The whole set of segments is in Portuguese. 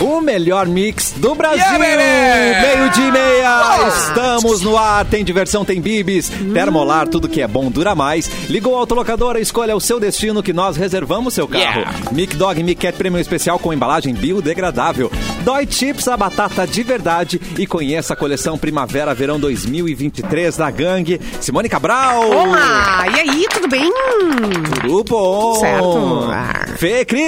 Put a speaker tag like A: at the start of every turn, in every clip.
A: O melhor mix do Brasil.
B: Yeah, baby!
A: Meio de meia. Estamos no ar. Tem diversão, tem bibis. Termolar, tudo que é bom dura mais. Ligou a autolocadora, escolha o seu destino que nós reservamos seu carro.
B: Yeah.
A: Mic Dog Mic Cat Premium Especial com embalagem biodegradável. Dói Chips, a batata de verdade. E conheça a coleção Primavera Verão 2023 da Gangue. Simone Cabral.
C: Olá! E aí, tudo bem?
A: Tudo bom?
C: Certo. Ah.
A: Oh! Fê Cris.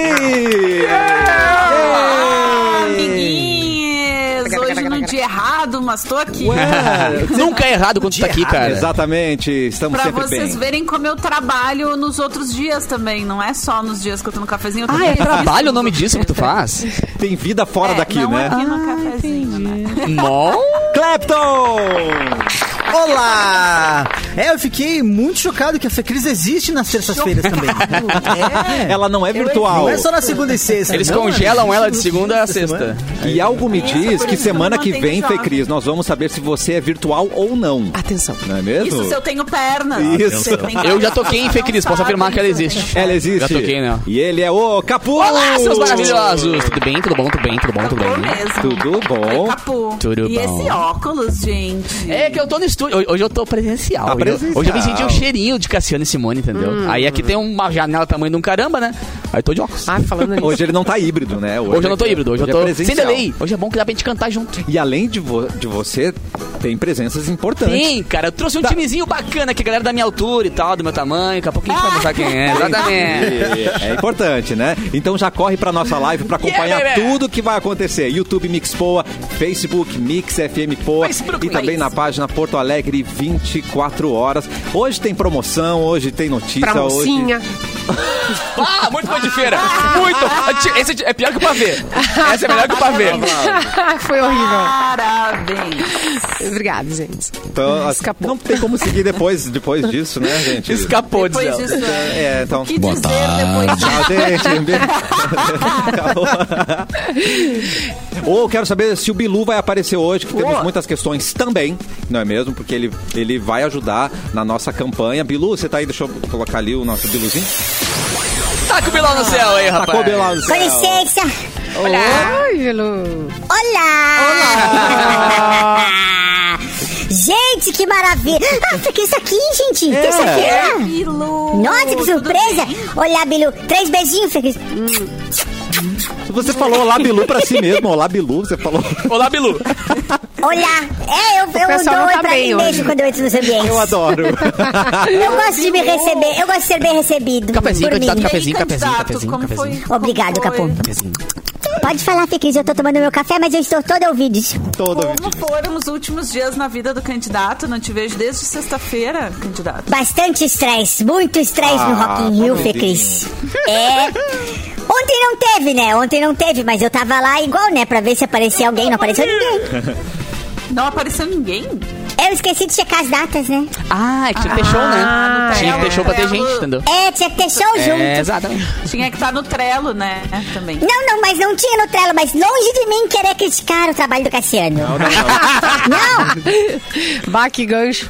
D: Amiguinhos, hoje num dia errado, mas tô aqui.
A: Ué,
B: Nunca é errado quando tu tá aqui, cara.
A: Exatamente, estamos
D: Pra
A: sempre
D: vocês
A: bem.
D: verem como eu trabalho nos outros dias também, não é só nos dias que eu tô no cafezinho. eu
C: Ah,
D: também
C: é
D: fiz
B: Trabalho o
D: tudo.
B: nome disso que tu faz?
A: Tem vida fora
D: É,
A: daqui,
D: não
A: né?
D: aqui no cafezinho, né?
B: Não.
A: Clapton!
E: Olá! É, eu fiquei muito chocado que a Fecris existe nas terças-feiras também. É.
A: Ela não é virtual.
E: Não é só na segunda e sexta.
B: Eles
E: não,
B: congelam
E: existe
B: ela de
E: nas
B: segunda a sexta.
E: semana.
A: E algo me diz
D: por
A: que
D: isso que
A: semana
D: eu
A: que
D: mantenho
A: vem, Fê
D: jovem.
A: Cris, nós vamos saber se você é virtual ou não.
C: Atenção.
A: Não é mesmo?
D: Isso se eu tenho pernas.
A: Isso.
D: Você tem
B: Eu já
D: pernas,
B: toquei em
D: não
B: Fê Cris, posso
D: sabe
B: afirmar que ela é
D: isso, né?
B: existe.
A: Ela existe.
B: Já toquei, né?
A: E ele é o Capu!
B: Olá, seus maravilhosos! Tudo bem, tudo bom, tudo bem, tudo bom, tudo
D: Capô
B: bem?
D: mesmo.
A: Tudo
C: Ah,
A: bom?
C: é
D: Oi, Capu.
B: Oh, Tudo
D: e
B: bom.
D: esse óculos, gente?
B: É que eu tô no estúdio. Hoje- Hoje eu tô presencial.
A: Tá
B: Hoje eu-
A: presencial.
B: Hoje eu me senti o cheirinho de Cassiano e Simone, entendeu?
C: Hum.
B: Aí aqui tem uma janela tamanho de um caramba, né? Aí eu tô de óculos.
C: Ah, falando nisso.
A: Hoje ele não tá híbrido, né?
B: Hoje eu não tô híbrido, hoje, eu
A: é
B: tô sem
A: presencial.
B: delay. Hoje é bom que dá pra gente cantar junto.
A: E além de, vo- de você, tem presenças importantes.
B: Sim, cara, eu trouxe um
A: Tá.
B: timezinho bacana que a galera da minha altura e tal, do meu tamanho. Daqui a pouco a gente vai mostrar quem
C: Ah!
B: é. Exatamente.
A: É importante, né? Então já corre pra nossa live pra acompanhar
B: Yeah, baby!
A: tudo que vai acontecer. YouTube Mix Poa, Facebook Mix FM Poa
B: Facebook,
A: e também
B: é
A: na página Porto Alegre 24 horas. Hoje tem promoção, é hoje tem notícia,
C: Pra mocinha.
B: Ah, muito pão de feira. Muito. Esse é pior que o pavê. Essa é melhor que o pavê.
C: Ah, Foi horrível.
D: Parabéns.
C: Obrigada, gente.
A: hoje. Então, as-
C: Escapou.
A: não tem como seguir depois, depois disso, né, gente?
B: Escapou de
D: Depois disso,
A: É, então.
D: o que dizer depois disso?
A: Tchau, gente. Um beijo. Tchau. Ou quero saber se o Bilu vai aparecer hoje, que temos
D: Boa.
A: muitas questões também, não é mesmo? Porque ele, ele vai ajudar na nossa campanha. Bilu, você tá aí, deixa eu colocar ali o nosso Biluzinho.
B: Taca Tá o Bilal no céu aí, rapaz.
A: Tacou Tá o Bilu lá no
F: Com
A: céu.
F: licença.
C: Ai, Vilu.
F: Olá! gente, que maravilha! Ah, fiquei isso aqui, gente!
A: É.
C: É,
F: Terça-feira!
D: Bilu.
F: Nossa, que
D: tudo
F: surpresa! Olá, Bilu! Três beijinhos, Feliz!
A: Você falou olá, Bilu, pra si mesmo. Olá, Bilu, você falou.
B: Olá, Bilu.
F: Olá! É, eu, eu
C: pessoal
F: dou
C: não
F: um oi
C: tá
F: pra
C: bem
F: mim
C: hoje.
F: mesmo quando eu entro nos ambientes.
A: Eu adoro.
F: Eu gosto de me receber, eu gosto de ser bem recebido.
B: Cafezinho,
F: por mim.
B: candidato,
D: E aí,
B: Cafezinho,
C: é
B: cafezinho,
D: candidato,
B: cafezinho,
D: como
B: cafezinho.
D: foi? Como
F: Obrigado,
D: foi?
F: Capu. Pode falar, Feliz, eu tô tomando meu café, mas eu estou todo ouvidos.
A: Todo
D: Como foram os últimos dias na vida do candidato? Não te vejo desde sexta-feira, candidato.
F: Bastante estresse, muito estresse no
A: Ah,
F: Rock in Rio,
A: pobrezinho.
F: Fecris. É. Ontem não teve, né? Ontem não teve, mas eu tava lá igual, né? Pra ver se aparecia alguém. Não apareceu ninguém.
D: Não apareceu ninguém?
F: Eu esqueci de checar as datas, né?
B: Ah, é que tinha que ter show, né?
D: no
B: Tinha que ter
D: Trello,
B: show pra ter
D: Trello.
B: gente, entendeu?
F: É, tinha que ter show
B: É,
F: junto.
B: exatamente.
D: Tinha que estar no Trello, né? Também.
F: Não, não, mas não tinha no Trello, mas longe de mim querer criticar o trabalho do Cassiano. Não,
C: Bah, que gancho.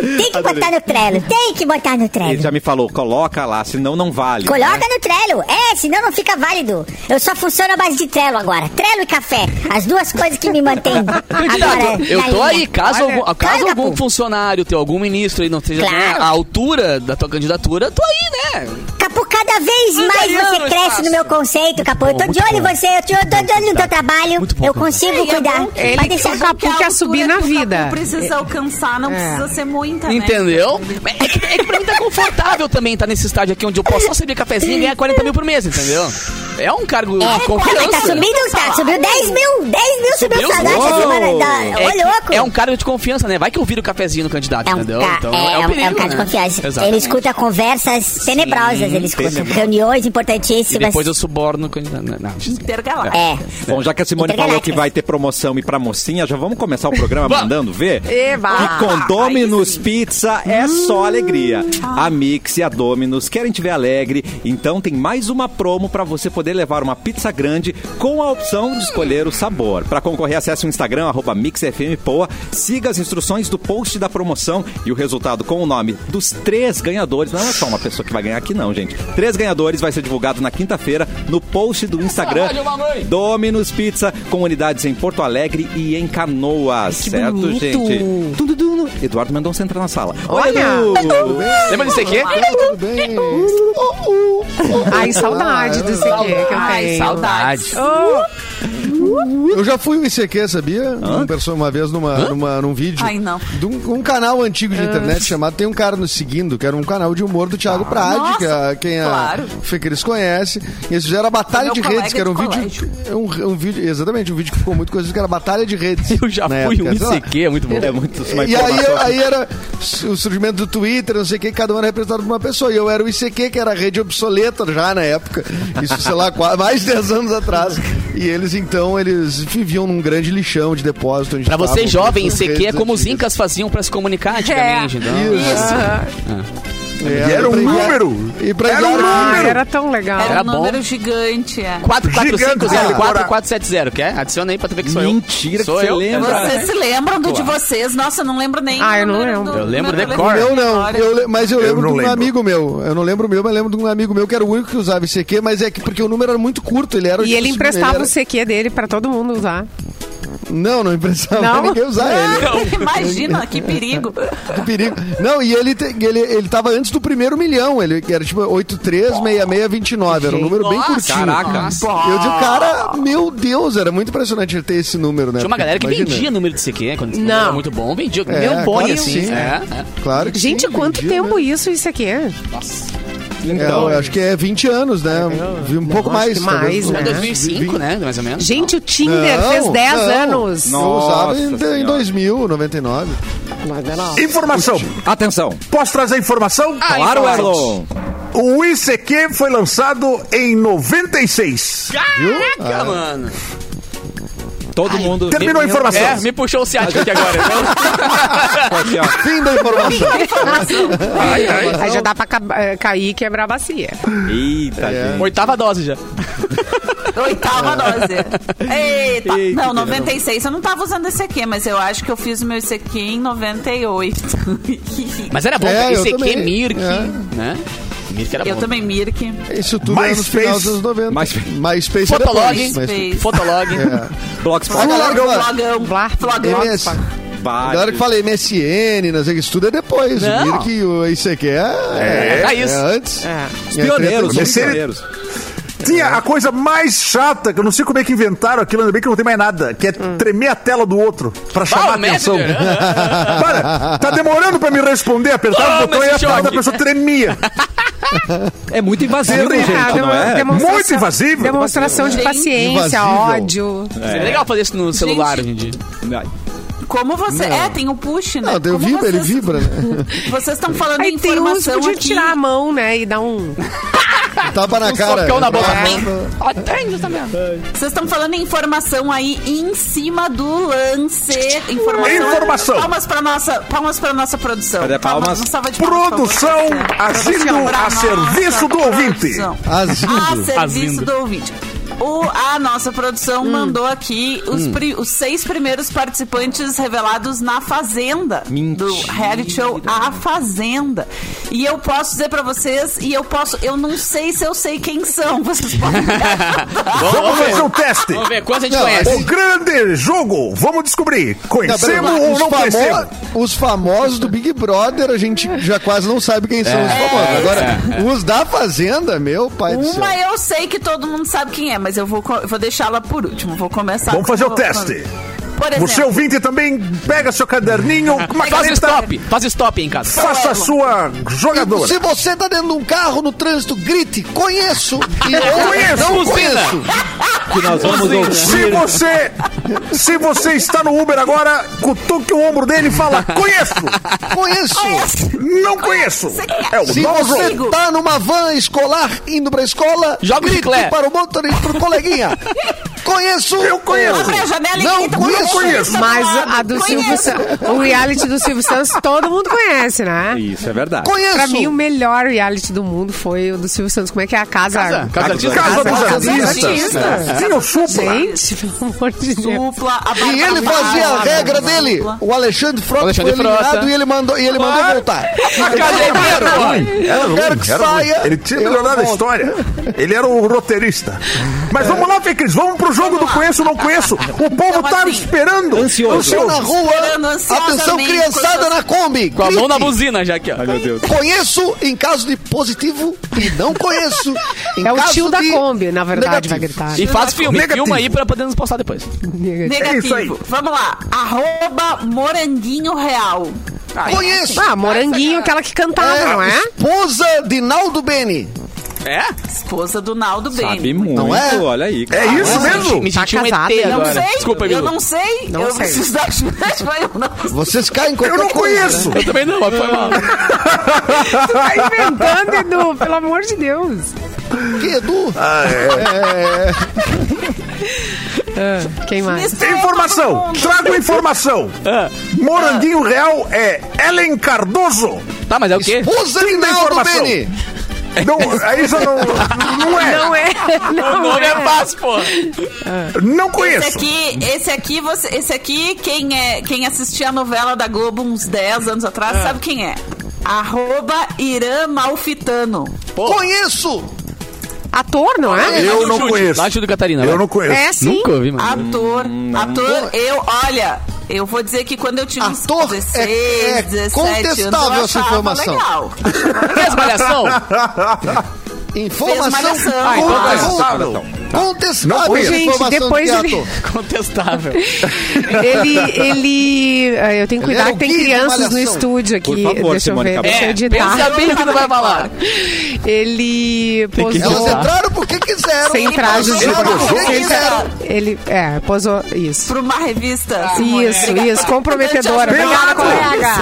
F: tem que botar no Trello, tem que botar no Trello.
A: Ele já me falou, coloca lá, senão não vale. Né?
F: Coloca
B: né?
F: no Trello. É, senão não fica válido. Eu só funciono à base de Trello agora. Trello e café. As duas coisas que me mantêm agora
B: Candidato, eu
F: na
B: tô
F: linha.
B: aí, caso
C: Olha,
B: algum, caso
F: cara,
B: algum
F: pô.
B: funcionário teu, algum ministro aí não seja
F: Claro.
B: né, a altura da tua candidatura, tô aí, né?
F: Capu, cada vez mais
B: Ganhando
F: você cresce
B: espaço.
F: no meu conceito, Capu. eu tô
B: bom,
F: de
B: muito
F: olho
B: bom.
F: em você, eu, te- eu tô de olho no teu trabalho.
B: Muito bom,
F: eu
B: cara.
F: consigo
D: E é
F: cuidar.
D: bom que-
C: Ele
F: Mas
C: que
F: deixa
C: o Capu-
D: é Porque a
C: quer
D: altura
C: subir
D: que
C: na
D: o Capu
C: vida.
D: precisa alcançar, não
C: É.
D: precisa ser
F: Tá
D: muita, né?
B: Entendeu? É que, é que pra mim tá confortável também estar nesse estádio aqui onde eu posso só servir cafezinho e ganhar 40 mil por mês, entendeu? É um cargo de
F: Não, mas tá
B: confiança. Ah.
F: subindo, tá? Subiu 10 mil. 10 mil subiu o salário essa semana. Tá,
B: É,
F: Ô,
B: que-
F: louco.
B: é um cargo de confiança, né? Vai que eu viro o cafezinho no candidato,
F: É um,
B: entendeu? Então,
F: ca- é, um- é um
B: perigo,
F: cara de
B: né?
F: confiança.
B: Exato.
F: Ele escuta conversas tenebrosas, ele escuta. reuniões
B: E
F: importantíssimas.
B: depois eu suborno o candidato. Não, não, deixa eu ver.
D: Intergaláctico.
F: É.
A: Bom, já que a Simone falou que vai ter promoção e pra mocinha, já vamos começar o programa mandando ver?
C: Eba!
A: Que com Dominus Pizza é só alegria.
C: Hum.
A: A Mix e a Dominus querem te ver alegre, então tem mais uma promo pra você poder levar uma pizza grande com a opção de escolher o sabor. Pra concorrer, acesse o Instagram, arroba MixFMPoa, siga as instruções do post da promoção e o resultado com o nome dos três ganhadores. Não é só uma pessoa que vai ganhar aqui não, gente. Três ganhadores vai ser divulgado na quinta-feira no post do Instagram
B: Trabalho, mamãe!
A: Dominus Pizza, com unidades em Porto Alegre e em Canoas,
C: que
A: certo,
C: bonito.
A: gente? Tududum. Eduardo Mendonça entra na sala.
C: Olha!
A: Oi, Edu!
B: Lembra disso
A: Tá
B: aqui?
G: Tudo bem?
C: Ai, saudade do CQ que eu tenho.
B: Saudades.
G: Eu já fui um ICQ, sabia? Uma, pessoa, uma vez numa, numa, num vídeo.
D: Ai, não.
G: De um, um canal antigo de internet chamado Tem um Cara Nos Seguindo, que era um canal de humor do Thiago Prade,
D: Nossa,
G: que é a, quem a
D: claro.
G: Fecris conhece. E eles fizeram a Batalha
D: Meu
G: de
D: colega
G: Redes, que era um
D: de
G: vídeo.
D: colégio.
G: Um, um vídeo. Exatamente, um vídeo que ficou muito coisa, que era Batalha de Redes.
B: Eu já
G: na
B: fui um
G: época, sei lá.
B: ICQ, é muito bom.
A: É muito uma
G: E aí,
A: informação.
G: eu- aí era o surgimento do Twitter, não sei o que, cada um era representado por uma pessoa. E eu era o ICQ, que era a rede obsoleta já na época. Isso, sei lá, qua- mais de 10 anos atrás. E eles, então, eles viviam num grande lixão de depósito. onde
B: Pra você
G: estavam
B: jovem,
G: essas
B: ICQ é
G: redes
B: como os
G: antigas.
B: incas faziam pra se comunicar
C: É.
B: antigamente. Então.
G: Isso.
H: E era um
G: pra-
H: número.
G: É, E pra
H: Era um
G: enviar-
C: Ah,
H: número.
C: era tão legal.
D: Era
B: Era
D: um
B: Tá bom.
D: número gigante, é.
B: 4450
H: Gigante,
B: 4470, quer? Adiciona aí pra tu ver que sou eu.
A: Mentira que
B: sou
A: você
B: eu.
A: lembra.
D: Vocês se lembram do de
B: Claro.
D: vocês? Nossa, eu não lembro nem.
C: Ah, eu não
D: o número
C: lembro.
D: do-
B: Eu
D: meu
B: lembro de
D: telefone.
B: cor.
G: Eu não, eu le- mas eu
H: Eu
G: lembro
H: não
G: de um
H: lembro.
G: amigo meu. Eu não lembro o meu, mas lembro de um amigo meu que era o único que usava ICQ, mas é que porque o número era muito curto, ele era
C: E
G: tipo,
C: ele
G: assim,
C: emprestava
G: era-
C: o CQ dele pra todo mundo usar.
G: Não, não emprestava
C: Não?
G: pra ninguém usar ele.
D: Imagina, que perigo.
G: Que perigo. Não, e ele, te- ele, ele tava antes do primeiro milhão. Ele era tipo 836629. Era um número bem
B: Nossa,
G: curtinho.
A: Caraca.
G: Eu digo, cara, meu Deus, era muito impressionante ele ter esse número, né?
B: Tinha uma galera que
G: Imagina.
B: vendia número de CQ quando
C: Não.
B: era muito bom, vendia.
G: É,
B: Meu
G: claro
B: bone,
G: que
B: assim.
G: sim. né?
B: É, é.
G: Claro que
C: Gente,
G: sim,
C: quanto
G: vendia,
C: tempo
G: né?
C: isso, isso aqui?
G: É,
A: Então,
G: eu acho que é 20 anos, né? Vi Um pouco
C: acho
G: mais.
C: que
G: talvez.
C: mais, né?
B: Foi 2005,
G: Vi-
B: né? Mais ou menos.
C: Gente, o Tinder
B: né?
G: Não,
C: fez 10
G: não.
C: anos.
G: Eu
A: Não.
G: usava
A: Nossa
G: em, em
A: Senhora.
G: 2000, 99.
H: Informação.
A: atenção.
H: Posso trazer informação?
B: Ah,
A: Claro,
B: informação.
A: Erlon.
H: O ICQ foi lançado em 96.
B: Caraca, mano.
A: Todo mundo...
H: Terminou a informação.
B: É, Ah. me puxou o ciático aqui agora. então.
A: Aqui, ó.
G: Fim da informação.
H: Ai, ai.
C: Aí já dá pra ca- eh, cair e quebrar a bacia.
A: Eita, gente.
B: Oitava dose já.
D: Oitava dose. Eita.
A: Eita,
D: Não, 96. Eu não tava usando esse aqui, mas eu acho que eu fiz o meu esse aqui em 98.
B: Mas era bom,
G: É, eu
B: ICQ,
G: também.
B: Mirk,
G: É.
B: né? Mirk era bom.
D: eu também, Mirk.
G: Isso tudo
H: MySpace.
G: era no final dos anos 90.
A: MySpace.
G: MySpace era
B: Fotolog,
G: é depois, É. mas-
D: MySpace.
B: Fotolog.
A: Blogspot.
G: Olha lá, galera.
D: Flogão.
C: Blá.
D: Flogão.
G: MS. A
A: Vai.
G: galera que fala MSN, não sei o que, isso tudo é depois.
B: Não.
G: O Mira que o ICQ é, é,
B: é isso.
G: antes.
C: É.
A: Os pioneiros, É.
G: É
A: Ah, os
H: Comecei-
A: pioneiros.
H: Tinha a coisa mais chata, que eu não sei como é que inventaram aquilo, ainda bem que não tem mais nada, que é
B: Hum.
H: tremer a tela do outro pra chamar a
B: o Messenger.
H: atenção. Para, tá demorando pra me responder, apertava
B: Toma
H: o botão e
B: esse
H: a tela da
B: choque.
H: pessoa tremia.
A: É muito invasivo,
H: Terrível.
A: gente, não é?
H: Muito invasivo.
C: Demonstração de
D: Gente,
C: paciência,
G: invasivo.
C: ódio.
B: Seria legal fazer isso no celular hoje em dia.
D: Como você. É, tem o push, né?
G: Não, tem o
D: Como
G: vibra, ele
D: vocês-
G: vibra, né?
D: Vocês estão falando em
C: Aí tem uns que
D: informação
C: podiam
D: aqui.
C: tirar a mão, né? E dar um.
G: Tapa na cara.
B: Um socão na boca.
G: É.
B: Ó, tem, tá vendo?
D: Vocês estão falando em informação aí em cima do lance. Informação.
H: Informação.
D: Palmas pra nossa, palmas pra nossa produção. tá
A: Cadê palmas?
D: uma salva de palmas,
H: Produção
D: por favor, pra você.
H: agindo
D: Pra
H: a
D: nossa
H: serviço do ouvinte.
D: produção. A
G: Azindo.
D: serviço
B: Azindo.
D: do ouvinte. O, a nossa produção
B: Hum.
D: mandou aqui os, pri- os seis primeiros participantes revelados na Fazenda.
A: Mentira.
D: Do reality show A Fazenda. E eu posso dizer pra vocês, e eu posso. Eu não sei se eu sei quem são. Vocês podem.
H: Vamos fazer um teste.
B: Vamos ver, quantos a gente
G: Não,
B: conhece?
H: é O grande jogo, vamos descobrir. Conhecemos ou
G: os,
H: não
G: famo-
H: conhecemos?
G: os famosos do Big Brother, a gente já quase não sabe quem são os famosos. Agora, os da Fazenda, meu
H: um
G: pai do céu.
D: Uma eu sei que todo mundo sabe quem é, mas eu vou, co- vou deixá-la por último. Vou começar.
H: Vamos
D: com-
H: fazer o
D: com-
H: teste.
D: Por exemplo,
H: Você ouvinte também pega seu caderninho, uma
B: Faz
H: caneta,
B: stop, faz stop aí em casa.
H: faça a sua jogadora.
G: Se você tá dentro de um carro no trânsito, grite, conheço. E ou
H: Conheço,
G: não
B: buzina.
G: conheço.
A: que nós vamos ouvir.
H: Se você, se você está no Uber agora, cutuque o ombro dele e fala: Conheço!
G: Conheço!
H: Não conheço! É o
G: Se
H: Dojo!
G: você tá numa van escolar indo pra escola,
B: Joga o
G: grite
B: chiclete.
G: para o motorista, pro coleguinha. Conheço!
H: Eu conheço.
D: Abre a janela e
G: Não
D: grita quando
G: conheço.
D: você está do
C: Mas
D: lado.
C: a do
D: Conheço.
C: Silvio Santos, o reality do Silvio Santos, todo mundo conhece, né?
A: Isso, é verdade.
G: Conheço!
C: Pra mim, um o melhor reality do mundo foi o do Silvio Santos. Como é que é a casa?
B: Casa, casa artista.
H: Casa dos
C: Casa dos
H: Artistas!
D: Artistas.
H: Sim, eu supla!
C: Gente, pelo amor de Deus.
D: Supla, a Bárbara
G: E ele
D: Massa,
G: fazia a regra
D: Supla.
G: dele. O Alexandre Frota
B: Alexandre
G: foi eliminado
B: Frota.
G: e ele mandou, e ele mandou voltar.
H: Era ruim,
G: quero que
H: era ruim.
G: saia.
H: Ele tinha
G: Eu
H: melhorado a
G: volto.
H: história. Ele era o roteirista. Mas vamos lá, Fecris, vamos pro jogo do conheço ou não conheço. O povo
D: Então,
H: tava
D: assim,
H: esperando.
A: ansioso.
G: Estou na rua.
D: Esperando ansiosamente
G: Atenção, criançada
D: quando-
G: na Kombi.
B: Com a mão na
G: grite.
B: buzina já aqui, ó.
A: Ai, meu Deus.
G: Conheço em caso de positivo e não conheço em
C: É o
G: caso
C: tio da
G: de
C: Kombi, na
B: Ah,
C: verdade, vai
G: negativo.
C: gritar.
B: E faz filme,
H: Negativo.
B: filma aí pra poder nos postar depois.
H: É isso aí.
D: Negativo. Vamos lá. Arroba Moranguinho Real.
H: Tá,
D: assim,
G: Conheço.
C: Ah, moranguinho, aquela que cantava, não é?
G: Esposa de Naldo Beni.
B: É?
D: Esposa do Naldo
A: Sabe
D: Beni.
A: muito,
G: Não é?
A: olha aí.
H: É isso mesmo?
B: Me
C: Tá
B: senti um ET
C: casada,
B: agora.
C: não
D: Não sei.
B: Desculpa,
D: eu
B: Bilu.
D: não sei.
C: Não
D: eu
C: sei.
D: preciso dar ajudas, mas eu não sei.
G: Vocês caem em
H: Eu
G: qualquer
H: não
G: coisa, né?
H: conheço.
B: Eu também não, mas foi mal.
C: Tu tá inventando, Edu, pelo amor de Deus. Ah, é.
G: né? Que Edu?
C: Ah, Quem mais?
D: Isso é todo
H: Informação,
D: mundo.
H: trago informação.
B: Ah.
H: Moranguinho Real é Ellen Cardoso.
B: Tá, mas é o quê?
G: Esposa de
H: Fim da
G: Naldo
H: informação.
G: Beni.
H: Não, aí já não, não é.
C: Não é,
B: O
C: não
B: nome é
C: é.
B: fácil, pô.
H: Ah. Não
D: Esse
H: conheço.
D: aqui, esse aqui, você, esse aqui quem, é, quem assistia a novela da Globo uns 10 anos atrás, sabe quem é? Arroba Irã Malfitano.
G: Conheço.
C: Ator, não é?
H: Eu não
B: Chute,
H: conheço.
B: Lá do Catarina.
H: Eu
B: vai.
H: não conheço.
C: É sim.
B: Nunca ouvi, mano.
D: Ator, ator, eu, olha, eu vou dizer que quando eu tinha uns
G: Ator
D: 16,
G: é- é
D: 17 anos,
G: contestável
D: eu
G: essa
D: achava
G: informação.
D: legal.
B: Fez malhação?
G: Informação
D: Fez malhação. Ah,
A: tá,
B: então vai,
G: contestável.
H: Não
G: Contestável.
H: conheço.
G: Tá. informação
C: Gente,
G: de
C: depois
G: teatro.
C: ele,
B: Ah, Contestável.
C: ele, ele, ah, eu tenho que
G: Ele
C: cuidar
G: era
C: que
G: um
C: tem
G: guia de
C: crianças no
G: malhação.
C: estúdio aqui.
A: Por favor,
C: deixa eu
A: Simone
C: ver,
A: Cabral.
C: deixa eu
B: É,
C: editar.
B: pensa bem o que tu vai falar.
C: Ele
G: Elas
C: posou,
G: entraram porque quiseram.
C: é. Sem trajes de
G: Entraram
C: baixo.
G: porque
D: Ele-
G: quiseram.
C: ele, é, posou isso.
D: Pra uma revista. Simone.
C: Isso, isso, comprometedora.
D: Pelo
C: Obrigada,
D: amor de
C: colega.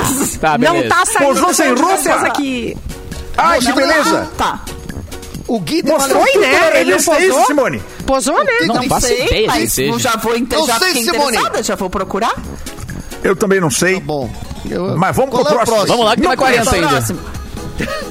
C: Não
B: Tá, beleza.
C: tá saindo
H: Posou
C: do
H: sem
C: som de
H: roupa?
C: vocês aqui.
H: Ai, que beleza.
D: Tá.
G: O Gui de
H: Mostrou
G: Malhação.
H: o
C: né?
H: né?
C: Ele
H: Ele
C: não
H: é isso,
C: posou?
H: Simone.
C: Posou, né?
G: Não
B: Não faço
D: Sei,
B: ideia que
D: mas
B: seja.
D: já vou inte-
G: Não
D: já
G: sei,
D: fiquei
G: Simone.
D: interessada, já vou procurar.
H: Eu também não sei.
G: Tá Bom. eu-
H: Mas vamos
G: Qual
H: pro
G: é o
H: próximo.
B: Vamos lá que tem mais 40 ainda.
D: Próximo.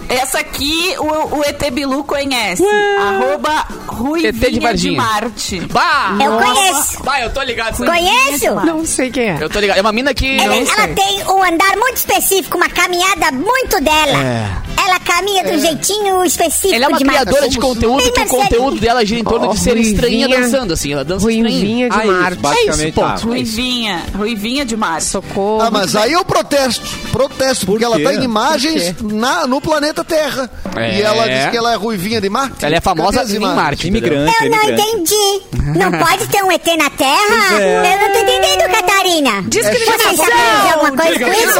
D: Essa aqui o, o ET Bilu conhece. Arroba Rui
B: ET de
D: Vinha de,
B: Varginha.
D: Marte.
B: Bah!
F: Eu conheço.
B: Bah, eu tô ligado. sabe?
F: Conheço.
C: Não sei quem é.
B: Eu tô ligado. É uma mina que...
F: Ela,
B: Não sei.
F: ela tem um andar muito específico, uma caminhada muito dela. Ela caminha de um jeitinho específico
B: É. Ela é uma
F: demais.
B: criadora de conteúdo que
F: Bem
B: o conteúdo dela gira em torno de ser
C: Ruivinha.
B: estranha dançando, assim. Ela dança
C: Ruivinha
B: estranha.
C: de
B: Ah, isso,
C: Marte.
B: É
A: Basicamente,
B: isso, ponto.
A: tá.
B: É isso.
D: Ruivinha. Ruivinha de Marte.
C: Socorro.
G: Ah, mas aí eu protesto. Protesto, porque ela
A: quê?
G: tá em imagens na, no planeta Terra.
B: É.
G: E ela diz que ela é ruivinha de Marte.
B: Ela é famosa
G: Cadê as
B: em
G: imagens?
B: Marte. entendeu?
A: Imigrante,
F: Eu não
A: imigrante.
F: entendi. Não pode ter um ET na Terra?
A: é.
F: Eu não tô entendendo, Catarina.
B: tá
F: Vocês
C: Discriminação!
F: sabem dizer alguma coisa com isso?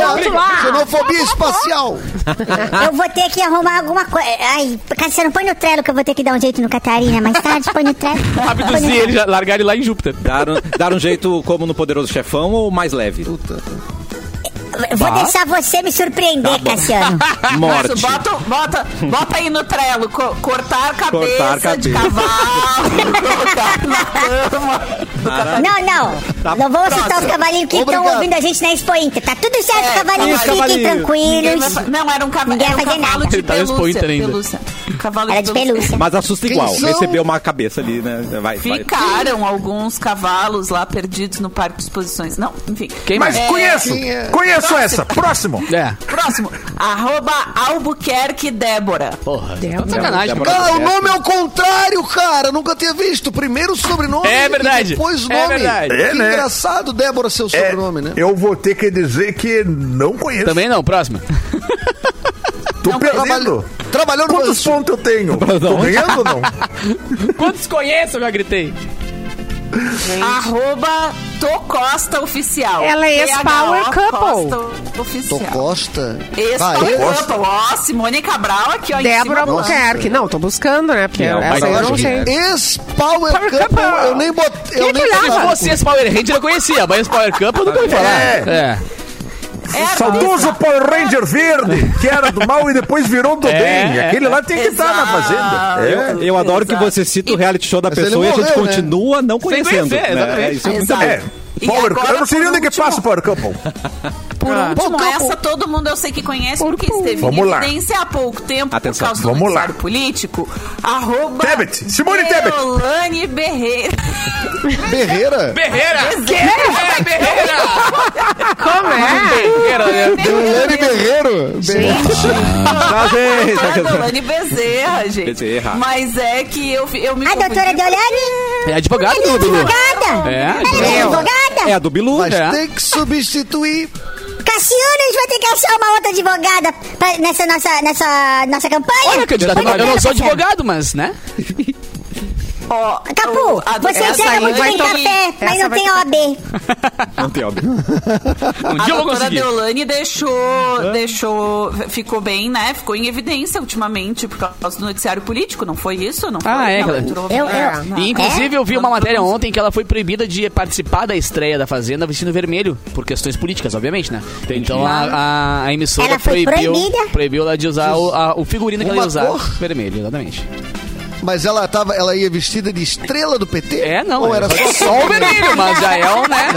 C: Vamos lá.
G: Xenofobia, xenofobia espacial.
F: Eu vou ter que arrumar alguma coisa. Ai, Cassiano, põe no trelo que eu vou ter que dar um jeito no Catarina. Mais tarde, põe no trelo. Põe no
B: Abduzir ele, já- largar ele lá em Júpiter.
A: Dar um, dar um jeito como no Poderoso Chefão ou mais leve?
F: trelo. Vou deixar você me surpreender, Cassiano.
A: Morte.
D: Isso, bota, bota, bota aí no trelo. co- cortar cabeça
A: Cortar
D: de
A: cabeça.
D: cavalo. colocar na cama.
F: Não, não. não vou assustar os cavalinhos que estão
G: Obrigado.
F: ouvindo a gente na Expo Inter. Tá tudo certo,
D: É,
F: cavalinhos.
D: isso,
F: Fiquem
A: cavalinho.
D: Ninguém vai
F: tranquilos.
D: fa- Não, era um, cava
F: Ninguém
D: era um
F: vai fazer
D: cavalo
F: nada.
D: de
B: Ele tá no Expo
D: pelúcia.
B: Inter ainda.
D: pelúcia. Cavalo
F: Era de pelúcia.
A: Mas assusta igual.
G: são?
A: Recebeu uma cabeça ali, né? Vai, vai.
D: Ficaram alguns cavalos lá perdidos no parque de exposições. Não, enfim.
B: Quem
H: Mas
B: mais?
D: É,
H: conheço.
G: quem é?
H: Conheço essa. Próximo.
B: É.
D: Próximo. Arroba Albuquerque Débora.
B: Porra,
C: Débora.
B: tá de sacanagem.
A: Débora.
G: Cara, o nome é o contrário, cara. Nunca tinha visto. Primeiro o sobrenome
B: É verdade.
G: e depois o
B: É
G: nome.
B: verdade.
H: É,
G: Que
H: né?
G: engraçado, Débora, seu
H: É,
G: sobrenome, né?
H: Eu vou ter que dizer que não conheço.
B: Também não, próxima.
H: Tô
G: Trabalhou,
H: perdendo.
G: trabalhou no
H: Quantos
G: Banco.
A: um-
H: pontos eu tenho? Tô ganhando ou não?
B: Quantos conhecem, eu já gritei.
D: Arroba Tocosta Oficial.
C: Ela é ex-power
D: T H O
C: couple.
D: Costa
G: Tô
D: Oficial.
G: Costa. Ah,
D: Ex-power
G: é?
D: couple. Ó, Simone Cabral aqui, ó. em cima
C: Débora
D: do lance.
C: Albuquerque. Não, tô buscando, né? Porque
B: é um
A: Não, mas
C: essa aí eu
A: eu
C: não
A: acho
C: sei.
G: Ex-Power
C: Power
G: Couple,
C: é. Couple.
G: eu nem botei.
C: Quem
G: Eu
C: é que
G: nem
C: olhava?
G: botava-
B: Vocês Power Ranger eu conhecia, mas Power Cup eu nunca ouvi falar. É.
A: É,
D: Era,
H: Saudoso Power Ranger verde, que era do mal e depois virou
A: É,
H: do bem. Aquele lá tem que estar na fazenda. É.
A: Eu adoro que você cita o reality show da
G: Mas ele
A: pessoa e a gente
G: morreu, né?
A: continua não conhecendo.
B: conhecer,
A: né?
B: exatamente.
A: É, isso é muito
D: Exato.
A: bom.
D: E
H: Power
D: agora,
H: Eu não sei nem
D: por
H: onde é que
D: último,
H: passa o Power Couple.
D: Por último, Ah. essa todo mundo eu sei que conhece, porque esteve
H: Vamos
D: em
H: lá.
D: evidência há pouco tempo
A: Atenção,
D: por causa do
H: vamos lá.
D: noticiário político. Arroba
H: Tebet, Simone Tebet.
D: Deolane Berreira.
G: Berreira?
B: Berreira! né?
D: Que?
B: É, Berreira!
C: Como é?
B: Berreira, né?
G: Deolane Berreiro? Berreiro.
B: Ah.
A: Tá, gente, tá,
D: Ah,
A: gente.
D: Deolane Bezerra, gente.
A: Bezerra.
D: Mas é que eu, eu me
F: A
D: confundi.
F: doutora Deolane?
B: É advogado,
F: Ela é
B: Dudu.
F: advogada?
B: É,
F: Ela é
B: meu.
F: advogada?
A: É a do Bilu,
G: Mas
A: né?
G: tem que substituir.
F: Cassiano, a gente vai ter que achar uma outra advogada pra- nessa nossa, nessa nossa campanha.
B: Olha, candidato,
F: Olha,
B: eu não sou
F: Cassiano.
B: advogado, mas, né?
D: Ó,
F: Capu,
D: a- a-
F: você
D: essa
F: entrega
D: aí
F: muito
D: vai
F: bem
D: tocar-
F: café, mas
C: Essa
F: não
C: vai
F: tem OAB.
A: Não tem óbvio.
B: Um
D: A
B: dia eu vou
D: doutora
B: conseguir.
D: Deolane deixou, deixou, ficou bem, né? Ficou em evidência ultimamente por causa do noticiário político, não foi isso? Não foi?
B: Ah, é,
D: Ela
B: Clara.
D: entrou-
F: Eu- eu-
D: É, não.
B: E, inclusive, eu vi uma matéria ontem que ela foi proibida de participar da estreia da Fazenda vestindo vermelho, por questões políticas, obviamente, né? Então a, a- a emissora
F: Ela foi
B: proibiu,
F: proibida?
B: proibiu ela de usar o, a- o figurino que ela
G: Uma
B: ia usar.
G: cor?
B: Vermelho, exatamente.
G: Mas ela, tava, ela ia vestida de estrela do PT?
B: É, não.
G: Ou era
B: ela
G: só
B: foi
G: sol?
B: o vermelho, mas já é um, né?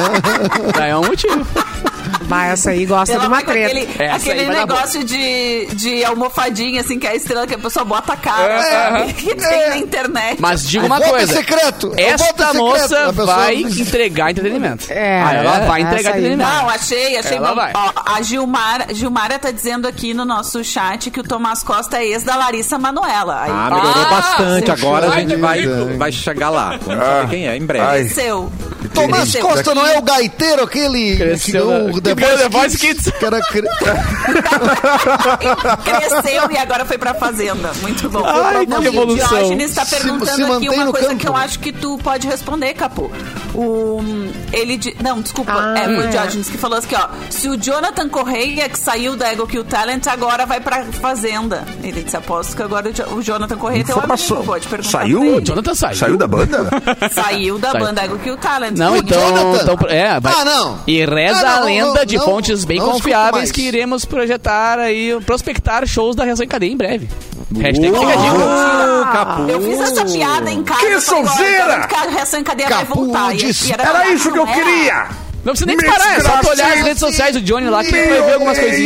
B: já é um motivo. É,
C: Vai, essa aí gosta
D: Ela
C: de uma
D: foi com
C: treta.
D: Aquele,
B: Essa
D: aquele
B: aí vai dar
D: negócio de, de almofadinha, assim, que é a estrela que a pessoa bota a cara, sabe? Que tem na internet.
B: É, Mas digo uma
G: Ah, Voto
B: coisa.
G: secreto. É
B: Esta
G: voto secreto.
B: moça
G: A pessoa-
B: vai entregar entretenimento.
C: É,
B: Ah, ela vai
C: essa
B: entregar
C: aí.
B: entretenimento.
D: Não, achei, achei.
B: Ela
D: bom.
B: vai.
D: Ó, a Gilmar, Gilmara tá dizendo aqui no nosso chat que o Tomás Costa é ex da Larissa Manoela. Aí
A: Ah, melhorou
B: Ah,
A: bastante.
B: sim,
A: Agora a
B: vai,
A: gente vai, vai chegar lá. Vamos saber quem é em breve.
H: Ai.
D: cresceu.
G: Tomás
D: Cresceu.
G: Costa não é o gaiteiro, aquele que
B: Cresceu,
G: ganhou
B: né?
G: o
B: Que
G: The
B: ganhou The
G: Voice
B: Voice
G: Kids.
B: Kids.
G: Que era cre-
D: Cresceu e agora foi pra fazenda. Muito bom.
I: Ah,
B: Ai,
D: Não,
B: que
D: e o
B: evolução.
D: Diógenes tá
G: Se-
D: perguntando
G: se
D: aqui
G: mantém
D: uma
G: no
D: coisa
G: campo.
D: que eu acho que tu pode responder, Capu. O, ele... di- Não, desculpa.
C: Ah,
D: é, foi
C: é.
D: o Diógenes que falou assim, ó. Se o Jonathan Correia, que saiu da Ego Kill Talent, agora vai pra fazenda. Ele disse, aposto que agora o Jo- o Jonathan Correia é teu
H: Informação.
D: amigo. Pode perguntar
H: Saiu?
D: pra ele.
B: O Jonathan saiu.
H: Saiu da banda?
D: Saiu da
B: Saiu.
D: banda Ego Kill Talent.
B: Não,
D: O
B: então,
G: Jonathan.
B: então. É, vai.
G: Ah, não.
B: E reza
G: Ah, não,
B: a
G: não,
B: lenda
G: não,
B: de
G: não,
B: fontes bem
G: não escuto
B: confiáveis
G: mais.
B: que iremos projetar aí, prospectar shows da Reação em Cadeia em breve. Hashtag
A: Uh,
B: fica a dica.
A: Capu.
D: Eu fiz essa piada em casa.
H: Que
D: eu falei, olha,
H: sonzeira!
D: tanto que a reação em cadeia vai
G: Capu
D: voltar. E
G: disse,
D: e
H: Era
D: verdade,
H: isso que
D: não
H: eu
D: era.
H: queria!
B: Não precisa nem parar, é só tu olhar as redes sociais do Johnny lá que tu vai ver algumas
H: Meu Deus.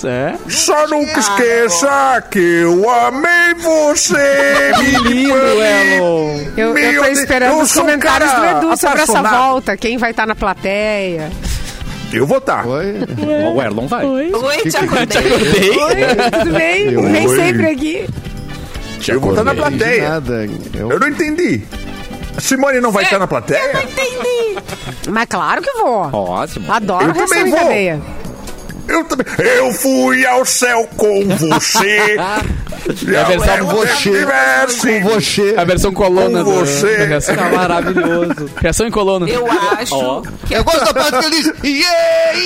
B: coisinhas. É.
H: Só nunca esqueça que eu amei você!
A: Que lindo, Elon.
C: Eu, eu
H: Meu
C: tô
H: Deus,
C: esperando
H: eu
C: os
H: sou um
C: comentários
H: cara
C: do Edu sobre essa
H: apaixonado.
C: volta. Quem vai estar na plateia?
H: Eu vou tá. estar.
G: Oi?
A: O Erlon vai.
D: Oi, te acordei.
B: Acordei.
C: Oi, tudo bem?
H: Oi.
C: Nem sempre aqui.
H: Eu vou estar na
G: De
H: plateia.
G: Nada. Eu-
H: Eu não entendi. A Simone não vai estar na plateia?
C: Mas claro que vou.
A: Ótimo.
C: Adoro
H: Eu também
C: reação em
H: vou.
C: cadeia.
H: Eu também. Eu fui ao céu com você.
B: a versão
H: Eu
G: com você.
H: tivesse
G: Com você.
B: A versão colona
H: Com
B: do,
H: você.
B: da Reação.
A: Tá maravilhoso.
B: Reação em coluna.
D: Eu acho.
G: Eu gosto da parte que ele diz. Yeah, yeah,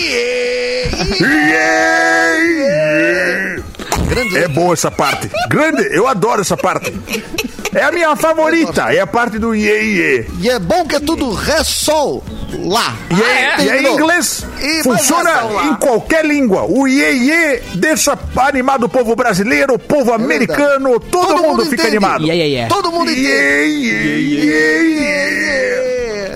G: yeah.
H: Yeah, yeah. É boa essa parte. Grande, eu adoro essa parte. É a minha favorita. É a parte do iê, iê.
G: E é bom que é tudo ré sol lá.
H: E é, e é em
G: Terminou.
H: inglês.
G: E
H: Funciona
G: vai lá, vai lá.
H: em qualquer língua. O iê, iê deixa animado o povo brasileiro, o povo americano. Todo,
G: É Todo
H: mundo,
G: mundo
H: fica
G: entende.
H: animado.
B: E aí, aí, é.
G: Todo mundo entende.
H: Iê, iê, iê, iê.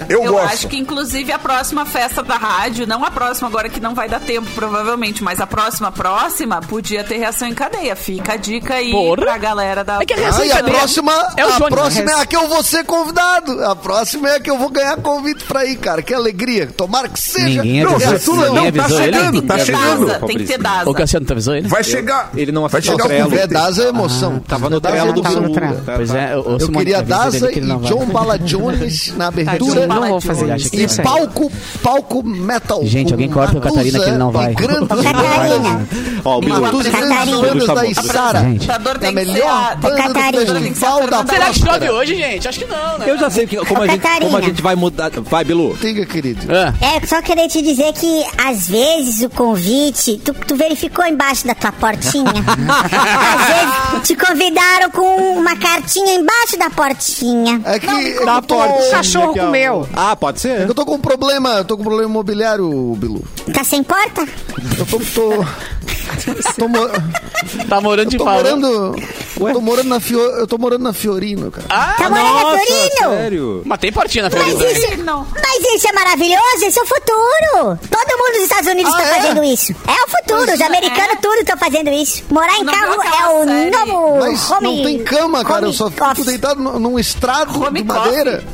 H: Eu,
D: Eu
H: gosto.
D: acho que, inclusive, a próxima festa da rádio, não a próxima agora que não vai dar tempo, provavelmente, mas a próxima, próxima, podia ter reação em cadeia. Fica a dica aí
B: Porra.
D: pra galera da.
B: É que a
G: Ah,
B: reação em
G: e a
B: cadeia
G: próxima,
B: é o
G: a
B: Johnny.
G: próxima é a que eu vou ser convidado. A próxima é a que eu vou ganhar convite pra ir, cara. Que alegria. Tomara que seja.
B: Ninguém
H: Não,
B: avisou,
G: Reação.
H: se tu não,
B: ninguém
H: tá
B: avisou ele.
H: chegando, tá
D: tem que ter
H: chegando.
D: Daza, tem que ter
B: Ô,
D: Daza.
B: Cassiano, tá tu avisou ele?
H: Vai chegar.
A: Ele não
H: vai
A: assistiu
H: chegar
A: o
H: o
A: trelo.
G: É,
H: convite.
G: Daza é
B: Ah,
G: emoção.
A: Tava no
C: Tá,
A: trelo do
C: tá no
A: Bilu.
C: trelo.
A: Tá,
B: Pois
A: tá.
B: é, ô, ô,
G: Eu
B: Simone,
G: queria
B: avisa ele
G: Daza
B: que
G: e
B: ele não vai.
G: John Bala Jones na
C: Tá, John
G: abertura.
C: Bala-
D: Fala,
C: não vou fazer isso.
G: E
C: Isso aí.
G: palco, palco metal.
B: Gente, alguém
G: com
B: corta o Catarina que ele não
G: Natuza
B: vai.
G: e grandes
F: Catarina.
A: Ó, o
D: Uma
A: Bilu.
G: Natuza e
D: Catarina.
G: grandes bandas da
A: Gente.
G: Isara.
D: apresentador
G: É A
D: tem que ser
G: melhor
D: a-
G: banda do
F: Catarina.
G: festival da
B: Será que chove
G: Próspera.
B: hoje, gente? Acho que não, né?
A: Eu já sei que- como, a gente, como a gente vai mudar. Vai, Bilu.
G: Tá Diga, querido.
B: Ah,
F: É, só queria te dizer que às vezes o convite, tu, tu verificou embaixo da tua portinha? às vezes te convidaram com uma cartinha embaixo da portinha.
G: É que eu
C: Dá
G: tô-
C: porta.
F: um
C: O cachorro comeu.
A: Ah, pode ser?
G: Eu tô com um problema, eu tô com um problema imobiliário, Bilu.
F: Tá sem porta?
G: Eu tô. tô... tô mo-
B: tá morando de
G: tô
B: pau.
G: morando. Tô morando na Fio, eu tô morando na Fiorino, cara.
F: tá morando na Torino?
A: sério?
B: Mas tem portinha na frente.
F: Mas
B: né?
F: isso, é- mas isso é maravilhoso, esse é o futuro. Todo mundo dos Estados Unidos
G: Ah,
F: tá
G: é?
F: fazendo isso. É o futuro, os americanos tudo estão fazendo isso. Morar em
D: Não
F: carro
D: viu aquela
F: é o
D: série?
F: novo
G: Mas
F: home...
G: não tem cama, cara. Eu só
F: home
G: fico
F: office.
G: deitado no- num estrado
D: Home
G: de madeira.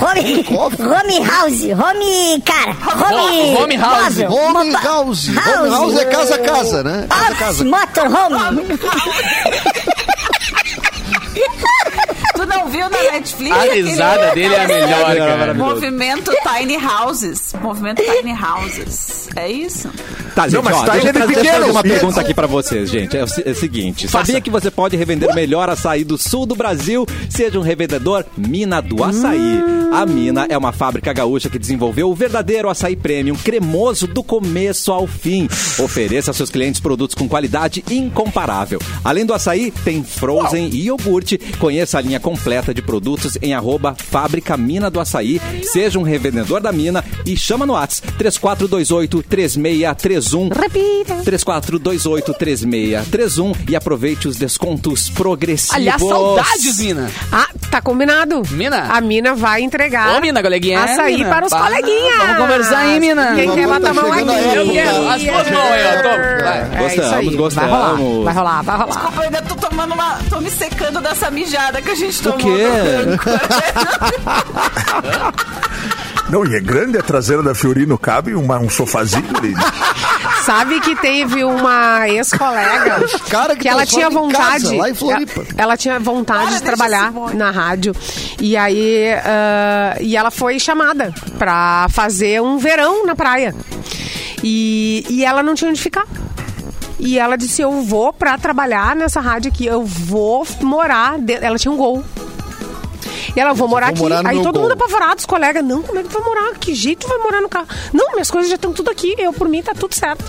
F: Home,
G: Coffee.
F: home house, home, cara, home...
B: Ho- home house.
F: móvel,
G: Home
F: moto-
G: house. Home house é casa a casa, né? Casa a
F: Office,
G: casa.
F: motorhome.
D: Tu não viu na Netflix?
B: A
D: aquele-
B: risada dele é a melhor, cara.
D: Movimento Tiny Houses. Movimento Tiny Houses. É isso?
A: Tá, gente,
H: Não, mas
A: ó,
H: tá
A: deixa, eu
H: ainda
A: fazer- deixa eu
H: pequeno,
A: fazer uma
H: Pedro.
A: pergunta aqui pra vocês, gente. É o, se- é o seguinte: sabia que você pode revender o melhor açaí do sul do Brasil? Seja um revendedor Mina do Açaí. A Mina é uma fábrica gaúcha que desenvolveu o verdadeiro açaí premium, cremoso do começo ao fim. Ofereça aos seus clientes produtos com qualidade incomparável. Além do açaí, tem frozen e iogurte. Conheça a linha completa de produtos em arroba Fábrica Mina do Açaí. Seja um revendedor da Mina e chama no WhatsApp 3428 3631.
C: Repita.
A: 34283631 e aproveite os descontos progressivos.
B: Aliás, saudades, Mina.
C: Ah, tá combinado.
B: Mina.
C: A mina vai entregar.
B: Ô, Mina, coleguinha. é,
C: Açaí
B: Mina.
C: para os
B: Bah,
C: coleguinhas.
B: Vamos conversar aí, Mina.
C: Quem quer bota
G: Vamos, tá
C: a mão aqui?
G: chegando a época.
B: Eu quero. As duas mãos aí, ó. Toma. Vai.
C: É isso aí.
A: Gostamos,
C: Vai rolar,
A: gostamos.
C: vai rolar, vai rolar.
D: Eu ainda tô tomando uma. tô me secando dessa mijada que a gente
A: O
D: tomou.
A: quê?
H: Não, e é grande a traseira da Fiorino, cabe uma- um sofazinho ali.
C: Sabe que teve uma ex-colega
G: cara que
C: que ela
G: transforma
C: tinha
G: em
C: vontade.
G: casa, lá em Floripa.
C: Ela, ela tinha vontade
D: Para,
C: de
D: deixa
C: trabalhar
D: esse boy.
C: na rádio. E aí. ah, e ela foi chamada pra fazer um verão na praia. E, e ela não tinha onde ficar. E ela disse: Eu vou pra trabalhar nessa rádio aqui, eu vou morar. de-" Ela tinha um gol. E ela, vou morar
G: vou
C: aqui.
G: morar no
C: Aí
G: meu
C: todo
G: gol.
C: mundo apavorado, os colegas. Não, como é que tu vai morar? Que jeito tu vai morar no carro? Não, minhas coisas já estão tudo aqui. Eu, por mim, tá tudo certo.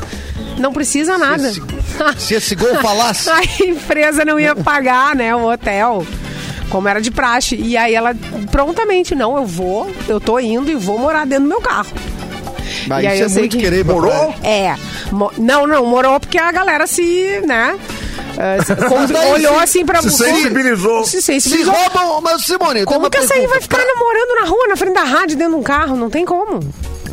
C: Não precisa nada.
G: esse- Se esse gol falasse.
C: A empresa não ia pagar, né, o hotel. Como era de praxe. E aí ela prontamente, não, eu vou, eu tô indo e vou morar dentro do meu carro.
G: Mas
C: E aí
G: isso
C: eu
G: é
C: sei
G: muito
C: que-
G: querer,
H: Morou?
G: papai.
C: É. Mo- não, não, morou porque a galera se, né? eh, se-
G: daí
C: olhou
G: se-
C: assim pra
H: se sensibilizou.
C: Se
G: Se
C: sensibilizou.
G: roubam, mas Simone, eu tenho
C: Como
G: uma
C: que essa aí vai
G: pergunta.
C: ficar namorando na rua, na frente da rádio, dentro de um carro? Não tem como.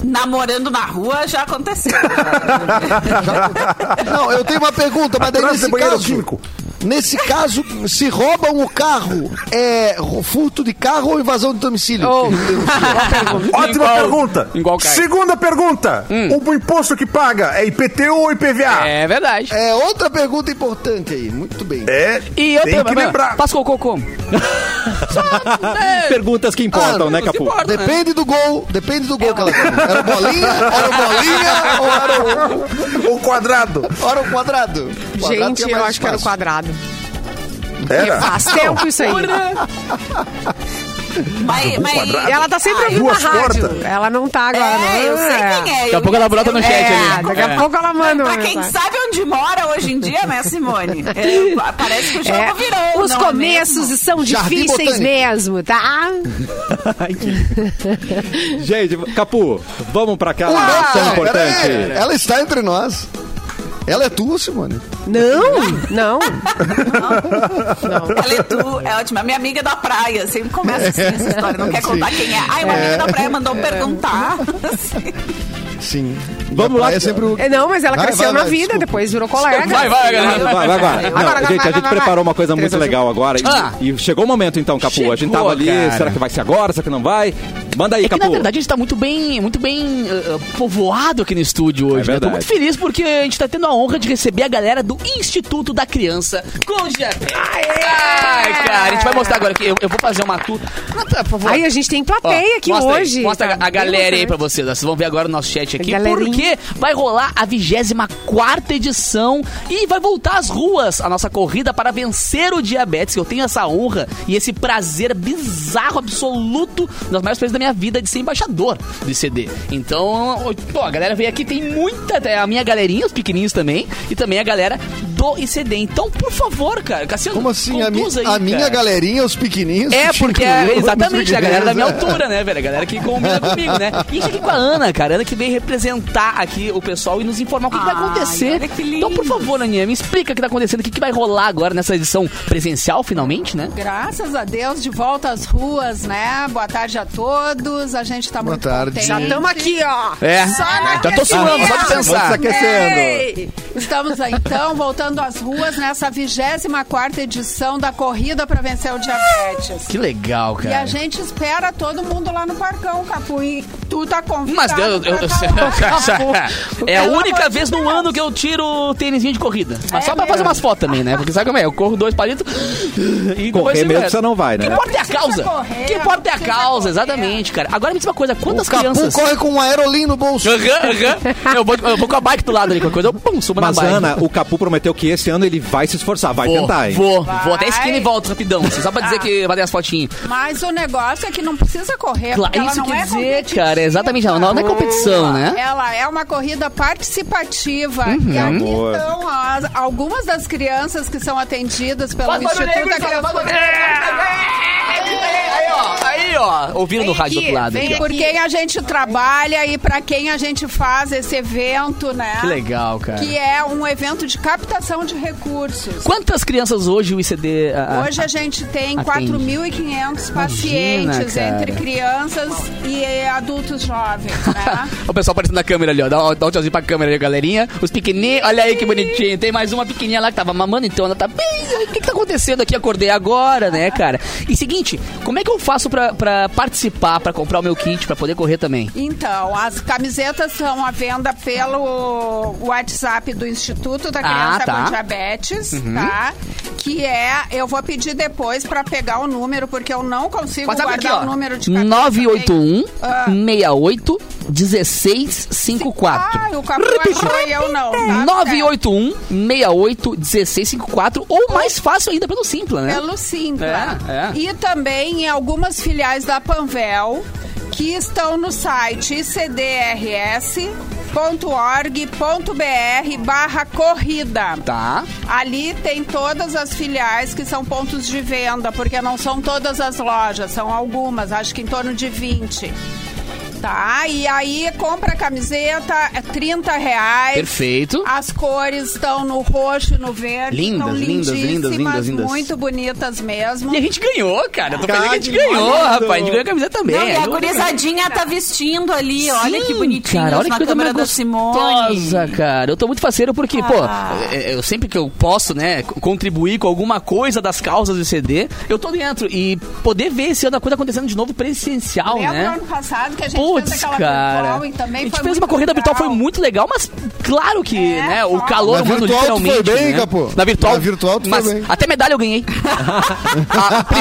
D: Namorando na rua já aconteceu.
G: Não, eu tenho uma pergunta, mas daí
H: Atrás do
G: nesse
H: banheiro
G: caso.
H: químico.
G: Nesse caso, se roubam o carro, é furto de carro ou invasão de domicílio?
C: Oh.
H: Ótima
B: Igual-
H: pergunta.
B: igual cai.
H: Segunda pergunta.
A: Hum.
H: O imposto que paga é IPTU ou IPVA?
B: É verdade.
G: É outra pergunta importante aí, muito bem.
H: É,
B: E eu
H: tem
B: tenho
H: que lembrar.
B: Passa cocô como?
A: Perguntas que importam,
G: Ah,
A: né, Capu?
G: Depende do gol, depende do gol que ela fez. Era bolinha, era bolinha ou era o,
H: O quadrado.
G: era o quadrado? O
D: é
G: quadrado
C: Gente,
G: tinha
C: eu
G: mais
C: acho que era o
G: espaço.
C: quadrado.
H: Era.
C: Faz É tempo isso aí.
D: Mas, mas,
C: E ela tá sempre ouvindo a
H: duas
C: rádio.
H: portas.
C: Ela não tá
D: É,
C: agora. né?
D: eu sei quem é.
B: Daqui a
D: eu
B: pouco ela brota no
D: sei.
B: chat
C: É,
B: ali.
C: daqui
B: É.
C: a pouco ela manda um uma
D: Pra quem
C: mensagem.
D: sabe onde mora hoje em dia, né, Simone? É, parece que o jogo
C: É,
D: virou.
C: os
D: não é
C: começos
D: mesmo?
C: são
G: Jardim
C: difíceis
G: Botânico.
C: mesmo, tá?
A: Ai, que
B: Ah.
A: lindo. gente, Capu, vamos pra aquela
G: Ah,
A: ação
G: não, pera
A: importante.
G: aí, Ela está entre nós. Ela é tua, Simone.
C: Não, não.
D: Ela é, tu, é ótima. Minha amiga da praia. Sempre
B: É.
D: começa assim essa história. Não quer contar quem é. Ai, uma amiga da praia mandou perguntar. Assim.
G: Sim.
A: Vamos lá.
G: É sempre o...
C: É, Não, mas ela
G: Vai,
C: cresceu
G: vai,
C: na
G: vai,
C: vida,
G: desculpa.
C: depois virou colega.
B: Vai, vai, galera.
A: Vai, vai, vai. Não,
C: agora,
A: gente,
C: vai,
A: a gente
C: vai,
A: preparou
C: vai.
A: uma coisa muito
C: Três, dois,
A: legal agora. e-
B: Ah.
A: E, chegou o momento, então, Capu. a gente
B: Chegou,
A: tava ali,
B: cara.
A: será que vai ser agora? Será que não vai? Manda aí,
B: É que,
A: Capu.
B: na verdade, a gente tá muito bem, muito bem eh, eh, povoado aqui no estúdio hoje, né? Tô
A: É verdade.
B: muito feliz porque a gente tá tendo a honra de receber a galera do Instituto da Criança com o Jeff.
C: É.
B: Ai, cara, a gente vai mostrar agora aqui. Eu, eu vou fazer uma tour. Nata, Por favor.
C: Aí a gente tem
B: Ó,
C: plateia aqui
B: mostra aí,
C: hoje.
B: mostra a-
C: Tá
B: a
C: bem
B: galera aí
C: emocionante.
B: pra vocês. ó. Vocês vão ver agora o nosso chat aqui.
C: Galerinha.
B: Porque vai rolar a 24 edição e vai voltar às ruas a nossa corrida para vencer o diabetes. Eu tenho essa honra e esse prazer bizarro, absoluto, uma das maiores coisas da minha vida de ser embaixador do ICD. Então, pô, a galera veio aqui, tem muita. é A minha galerinha, os pequenininhos também, e também a galera do ICD. Então, por favor, cara, Cassiano,
G: Como assim? A, mi-
B: conduz aí,
G: a minha
B: cara.
G: galerinha, os pequenininhos.
B: É,
G: te
B: porque é
G: incluiu nos
B: exatamente a galera da minha
G: pequenininhos,
B: altura, né, velho? A galera que combina comigo, né? E a gente aqui com a Ana, cara. Ana que veio representar aqui o pessoal e nos informar o que, que vai
D: Ai,
B: acontecer.
D: olha que lindo.
B: Então, por favor, Aninha, me explica o que tá acontecendo, o que, que vai rolar agora nessa edição presencial, finalmente, né?
I: Graças a Deus, de volta às ruas, né? Boa tarde a todos. A gente tá
G: Boa
I: muito
G: tarde.
I: contente.
C: Já estamos aqui, ó.
B: É.
I: Só na
B: Já tô suando, só de
I: aquecida.
G: Vamos se
B: pensar.
G: aquecendo.
C: Ei!
I: Estamos aí, então, voltando às ruas nessa 24ª edição da Corrida para Vencer o Diabetes.
B: Que legal,
I: E a
B: cara.
I: gente espera todo mundo lá no Parcão, Capu. E tu tá convidado.
B: Mas Deus, eu, eu,
I: pra tá lá, Capu.
B: é a
I: Pelo
B: única
I: amor de
B: vez no
I: Deus.
B: ano que eu tiro o tênisinho de corrida. Mas
I: É
B: só pra fazer
I: mesmo.
B: umas fotos também, né? Porque sabe como é? Eu corro dois palitos e depois
A: Correr
B: sigo
A: mesmo
B: reto.
A: você não vai,
B: Que
A: né?
B: importa é a
I: precisa
B: causa.
I: correr,
B: que importa é a
I: não precisa
B: causa,
I: correr.
B: exatamente, cara. Agora me diz uma coisa, quantas
G: O Capu
B: crianças...
G: corre com um aerolim no bolso.
B: Aham, aham. Eu vou, eu vou com a bike do lado ali, qualquer coisa, eu pum, subo
A: Mas,
B: na bike.
A: Ana, o Capu prometeu que esse ano ele vai se esforçar, vai
B: vou,
A: tentar, hein?
B: Vou,
I: Vai. Ah.
B: vou até a esquina e volto rapidão, assim, só pra dizer que vai ter as fotinhas.
I: Mas o negócio é que não precisa correr.
B: Claro,
I: porque ela
B: isso
I: não
B: quer
I: é
B: dizer,
I: competitiva.
B: cara, exatamente, ela não é competição, né? Uhum.
I: Ela é uma corrida participativa. E aqui
A: Boa.
I: estão as- algumas das crianças que são atendidas pelo Instituto da Criança.
B: Aí, ó, aí, ó, ouviram no Tá rádio do outro lado. aqui, ó.
I: Por quem a gente trabalha e para quem a gente faz esse evento, né?
B: Que legal, cara.
I: Que é um evento de captação de recursos.
B: Quantas crianças hoje o ICD... a- a-
I: Hoje a gente tem
B: atende.
I: 4.500 pacientes
B: cara.
I: entre crianças e adultos jovens, né?
B: O pessoal aparecendo na câmera ali, ó. Dá, dá um tchauzinho pra câmera ali, galerinha. Os pequenininhos, olha aí que bonitinho. Tem mais uma pequenininha lá que tava mamando, então ela tá bem. O que, que tá acontecendo aqui? Acordei agora, né, cara? E seguinte, como é que eu faço pra, pra participar, pra comprar o meu kit, pra poder correr também?
I: Então, as camisetas são à venda pelo WhatsApp do Instituto da Criança
B: tá. Uhum.
I: com Diabetes, tá? Que é, eu vou pedir depois pra pegar o número, porque eu não consigo
B: WhatsApp
I: guardar
B: aqui, ó.
I: o número de cabeça.
B: 981
I: Ah.
B: 68 1654.
I: Ah, o Capu achou e eu não. tá?
B: 981 68 1654 ou mais fácil ainda pelo Simpla, né?
I: Pelo Simpla.
B: É, é.
I: É E também em algumas filiais da Panvel que estão no site icdrs.org.br barra corrida.
B: Tá.
I: Ali tem todas as filiais que são pontos de venda, porque não são todas as lojas, são algumas, acho que em torno de 20. Tá? E aí compra a camiseta, é 30 reais.
B: Perfeito.
I: As cores estão no roxo e no verde.
B: Lindas,
I: estão
B: lindas, lindas,
I: lindíssimas,
B: lindas, lindas.
I: Muito bonitas mesmo.
B: E a gente ganhou, cara. Eu tô feliz que a gente
A: Cara,
B: ganhou,
A: lindo.
B: rapaz. A gente ganhou a camiseta também.
D: Não, e a
B: Aí eu-
D: gurizadinha tá vestindo ali, olha
B: Sim,
D: que bonitinho.
B: Cara, olha
D: na
B: que coisa
D: câmera
B: mais
D: da Simone.
B: gostosa, cara. Eu tô muito faceiro porque,
D: Ah.
B: pô, é- é- eu sempre que eu posso, né, co- contribuir com alguma coisa das causas do CD, eu tô dentro. E poder ver esse ano a coisa acontecendo de novo presencial,
I: Lembra
B: né?
I: É ano passado que a gente
B: Putz,
I: fez aquela
B: cara.
I: virtual e também
B: a gente
I: foi
B: fez uma
I: muito
B: corrida
I: legal.
B: virtual, foi muito legal, mas claro que,
I: É,
B: né, o
I: só.
B: calor
G: Na
B: humano
G: virtual tu foi
B: literalmente.
G: bem,
B: né?
G: Capô.
B: Na virtual.
G: Na virtual tu foi
B: mas
G: bem.
B: até medalha eu ganhei.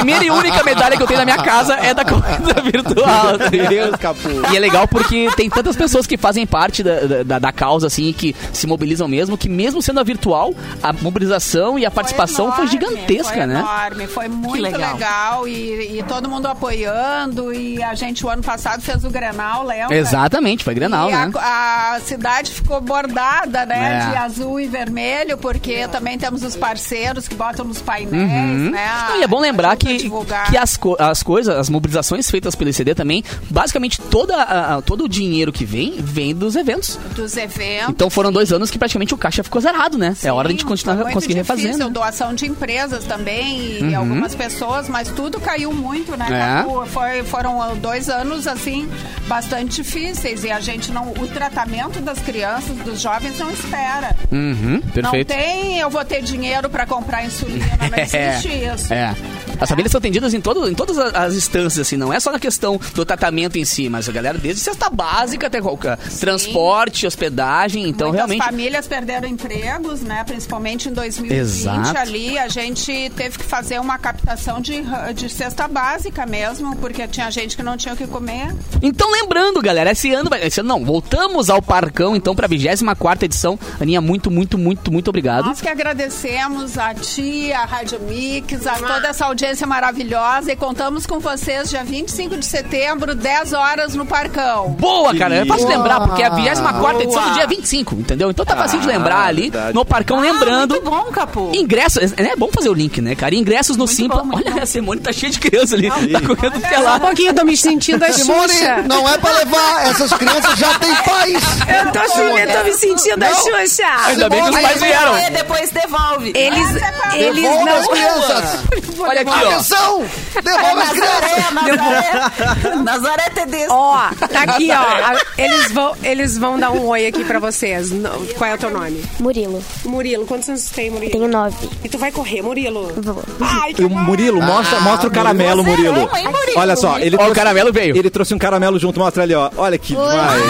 B: a primeira e única medalha que eu tenho na minha casa é da corrida virtual. tá
A: Meu
B: ligado?
A: Deus, Capu.
B: E é legal porque tem tantas pessoas que fazem parte da, da, da causa, assim, e que se mobilizam mesmo, que mesmo sendo a virtual, a mobilização e a participação foi,
I: enorme,
B: gigantesca,
I: foi
B: né?
I: Enorme, foi muito
D: legal.
I: legal, e, e todo mundo apoiando e a gente o ano passado fez o Grenal, lembra?
B: Exatamente, foi Grenal,
I: E a-
B: né?
I: a, cidade ficou bordada, né?
B: É.
I: De azul e vermelho, porque também temos os parceiros que botam nos painéis, né?
B: Não, e é bom lembrar
I: ajuda a
B: que,
I: divulgar.
B: que as, co- as coisas, as mobilizações feitas pelo ICD também, basicamente toda a- a- todo o dinheiro que vem, vem dos eventos.
I: dos eventos.
B: Então foram dois anos que praticamente o caixa ficou zerado, né? é hora de
I: Sim,
B: continuar
I: foi muito
B: conseguir refazer.
I: difícil,
B: né? Uhum.
I: doação de empresas também e algumas pessoas, mas tudo caiu muito, né?
B: É.
I: Capu? Foi, foram dois anos, assim, bastante difíceis e a gente não. O tratamento das crianças, dos jovens, não espera.
B: Uhum, perfeito.
I: Não tem, eu vou ter dinheiro para comprar insulina, não existe isso.
B: É. As famílias são atendidas em, todo, em todas a- as instâncias, assim, não é só na questão do tratamento em si, mas a galera desde cesta básica até qualquer transporte, hospedagem, então
I: Muitas
B: realmente.
I: famílias perderam empregos, né? Principalmente em 2020
B: Exato.
I: ali, a gente teve que fazer uma captação de, ra- de cesta básica mesmo, porque tinha gente que não tinha o que comer.
B: Então lembrando, galera, esse ano, vai- esse ano não, voltamos ao Parcão, então pra 24ª edição. Aninha, muito, muito, muito, muito obrigado.
D: Ah.
I: Nós que agradecemos a ti, a Rádio Mix, a toda essa audiência maravilhosa e contamos com vocês dia 25 de setembro, 10 horas no Parcão.
B: Boa,
A: Que
B: cara. É fácil
A: lindo.
B: lembrar, porque a 24 edição é do dia 25, entendeu? Então tá facinho de lembrar ali
A: Ah, verdade.
B: no Parcão, lembrando.
D: Ah, muito bom, Capu.
B: Ingressos, é é bom fazer o link, né, cara? Ingressos no Simpla.
D: bom, muito
B: Olha, a Simone tá cheia de criança ali. tá correndo até
C: Só um
B: lá.
C: pouquinho, tô me sentindo a
G: Simone,
C: Xuxa.
G: não é pra levar. Essas crianças já têm pais.
C: Eu tô, sim, eu tô me sentindo a
G: Não.
C: Xuxa.
B: Ainda bem que os
G: Simone,
B: pais vieram.
D: Aí depois devolve. Ah, tá
C: Eles, eles
G: Devolve as
C: não...
G: crianças.
B: Olha aqui, ó.
G: Atenção! Devolve as crianças.
D: Nazaré, Nazaré. Nazaré Tedesco.
C: Ó, tá aqui, ó. A- Eles vão, eles vão dar um oi aqui pra vocês. No- Qual é o teu nome?
J: Murilo,
C: Murilo, quantos anos tu tem, Murilo?
J: tenho nove.
C: E tu vai correr, Murilo? Ah,
J: Vou.
C: Ai, que
A: O Murilo, mostra, mostra o caramelo, Murilo.
D: ama, hein, Murilo?
A: Olha só, ele
B: Ó,
A: trouxe,
B: o caramelo veio.
A: ele trouxe um caramelo junto, mostra ali, ó. Olha que demais.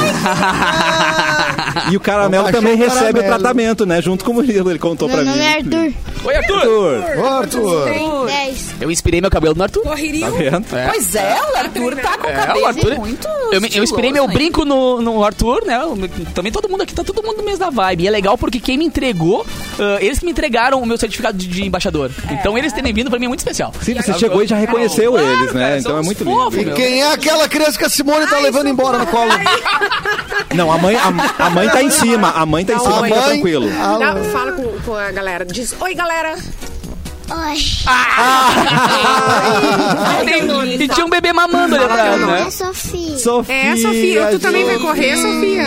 A: E o caramelo
G: Achou
A: também
G: o
A: recebe o
G: caramelo.
A: tratamento, né? Junto com o Murilo, ele contou pra
J: Meu
A: mim.
J: nome é Arthur,
B: Oi, Arthur.
A: Arthur,
G: Ô, Arthur.
J: tenho dez.
B: Eu inspirei meu cabelo no Arthur.
A: tá
C: correria.
A: vendo?
D: Pois é, o Arthur tá com o
B: É,
D: cabelo
B: o Arthur.
D: muito
B: Eu, me- eu inspirei meu
D: estiloso, hein?
G: assim.
B: brinco no, no Arthur, né? Eu me- Também todo mundo aqui, tá todo mundo no mesmo da vibe. E é legal porque quem me entregou, ah, eles que me entregaram o meu certificado de, de embaixador. Então eles terem vindo pra mim é muito especial.
A: Sim, você chegou e já reconheceu
B: Claro,
A: eles, né?
B: cara,
A: Então
B: são
A: é
B: uns
A: muito
B: fofos,
A: lindo.
B: meu.
G: Quem é aquela criança que a Simone tá levando embora no colo?
A: Não, a mãe, a, a mãe tá em cima. A mãe tá em cima,
G: mãe.
A: fica tranquilo.
G: Ah,
C: um Dá- fala com, com a galera. Diz, oi, galera.
J: Oi,
B: Ah, tem- e tinha um bebê mamando ali atrás,
J: meu nome
B: né?
J: é Sofia.
A: Sofia.
C: tá. É, Sofia, tu também vai correr, Sofia.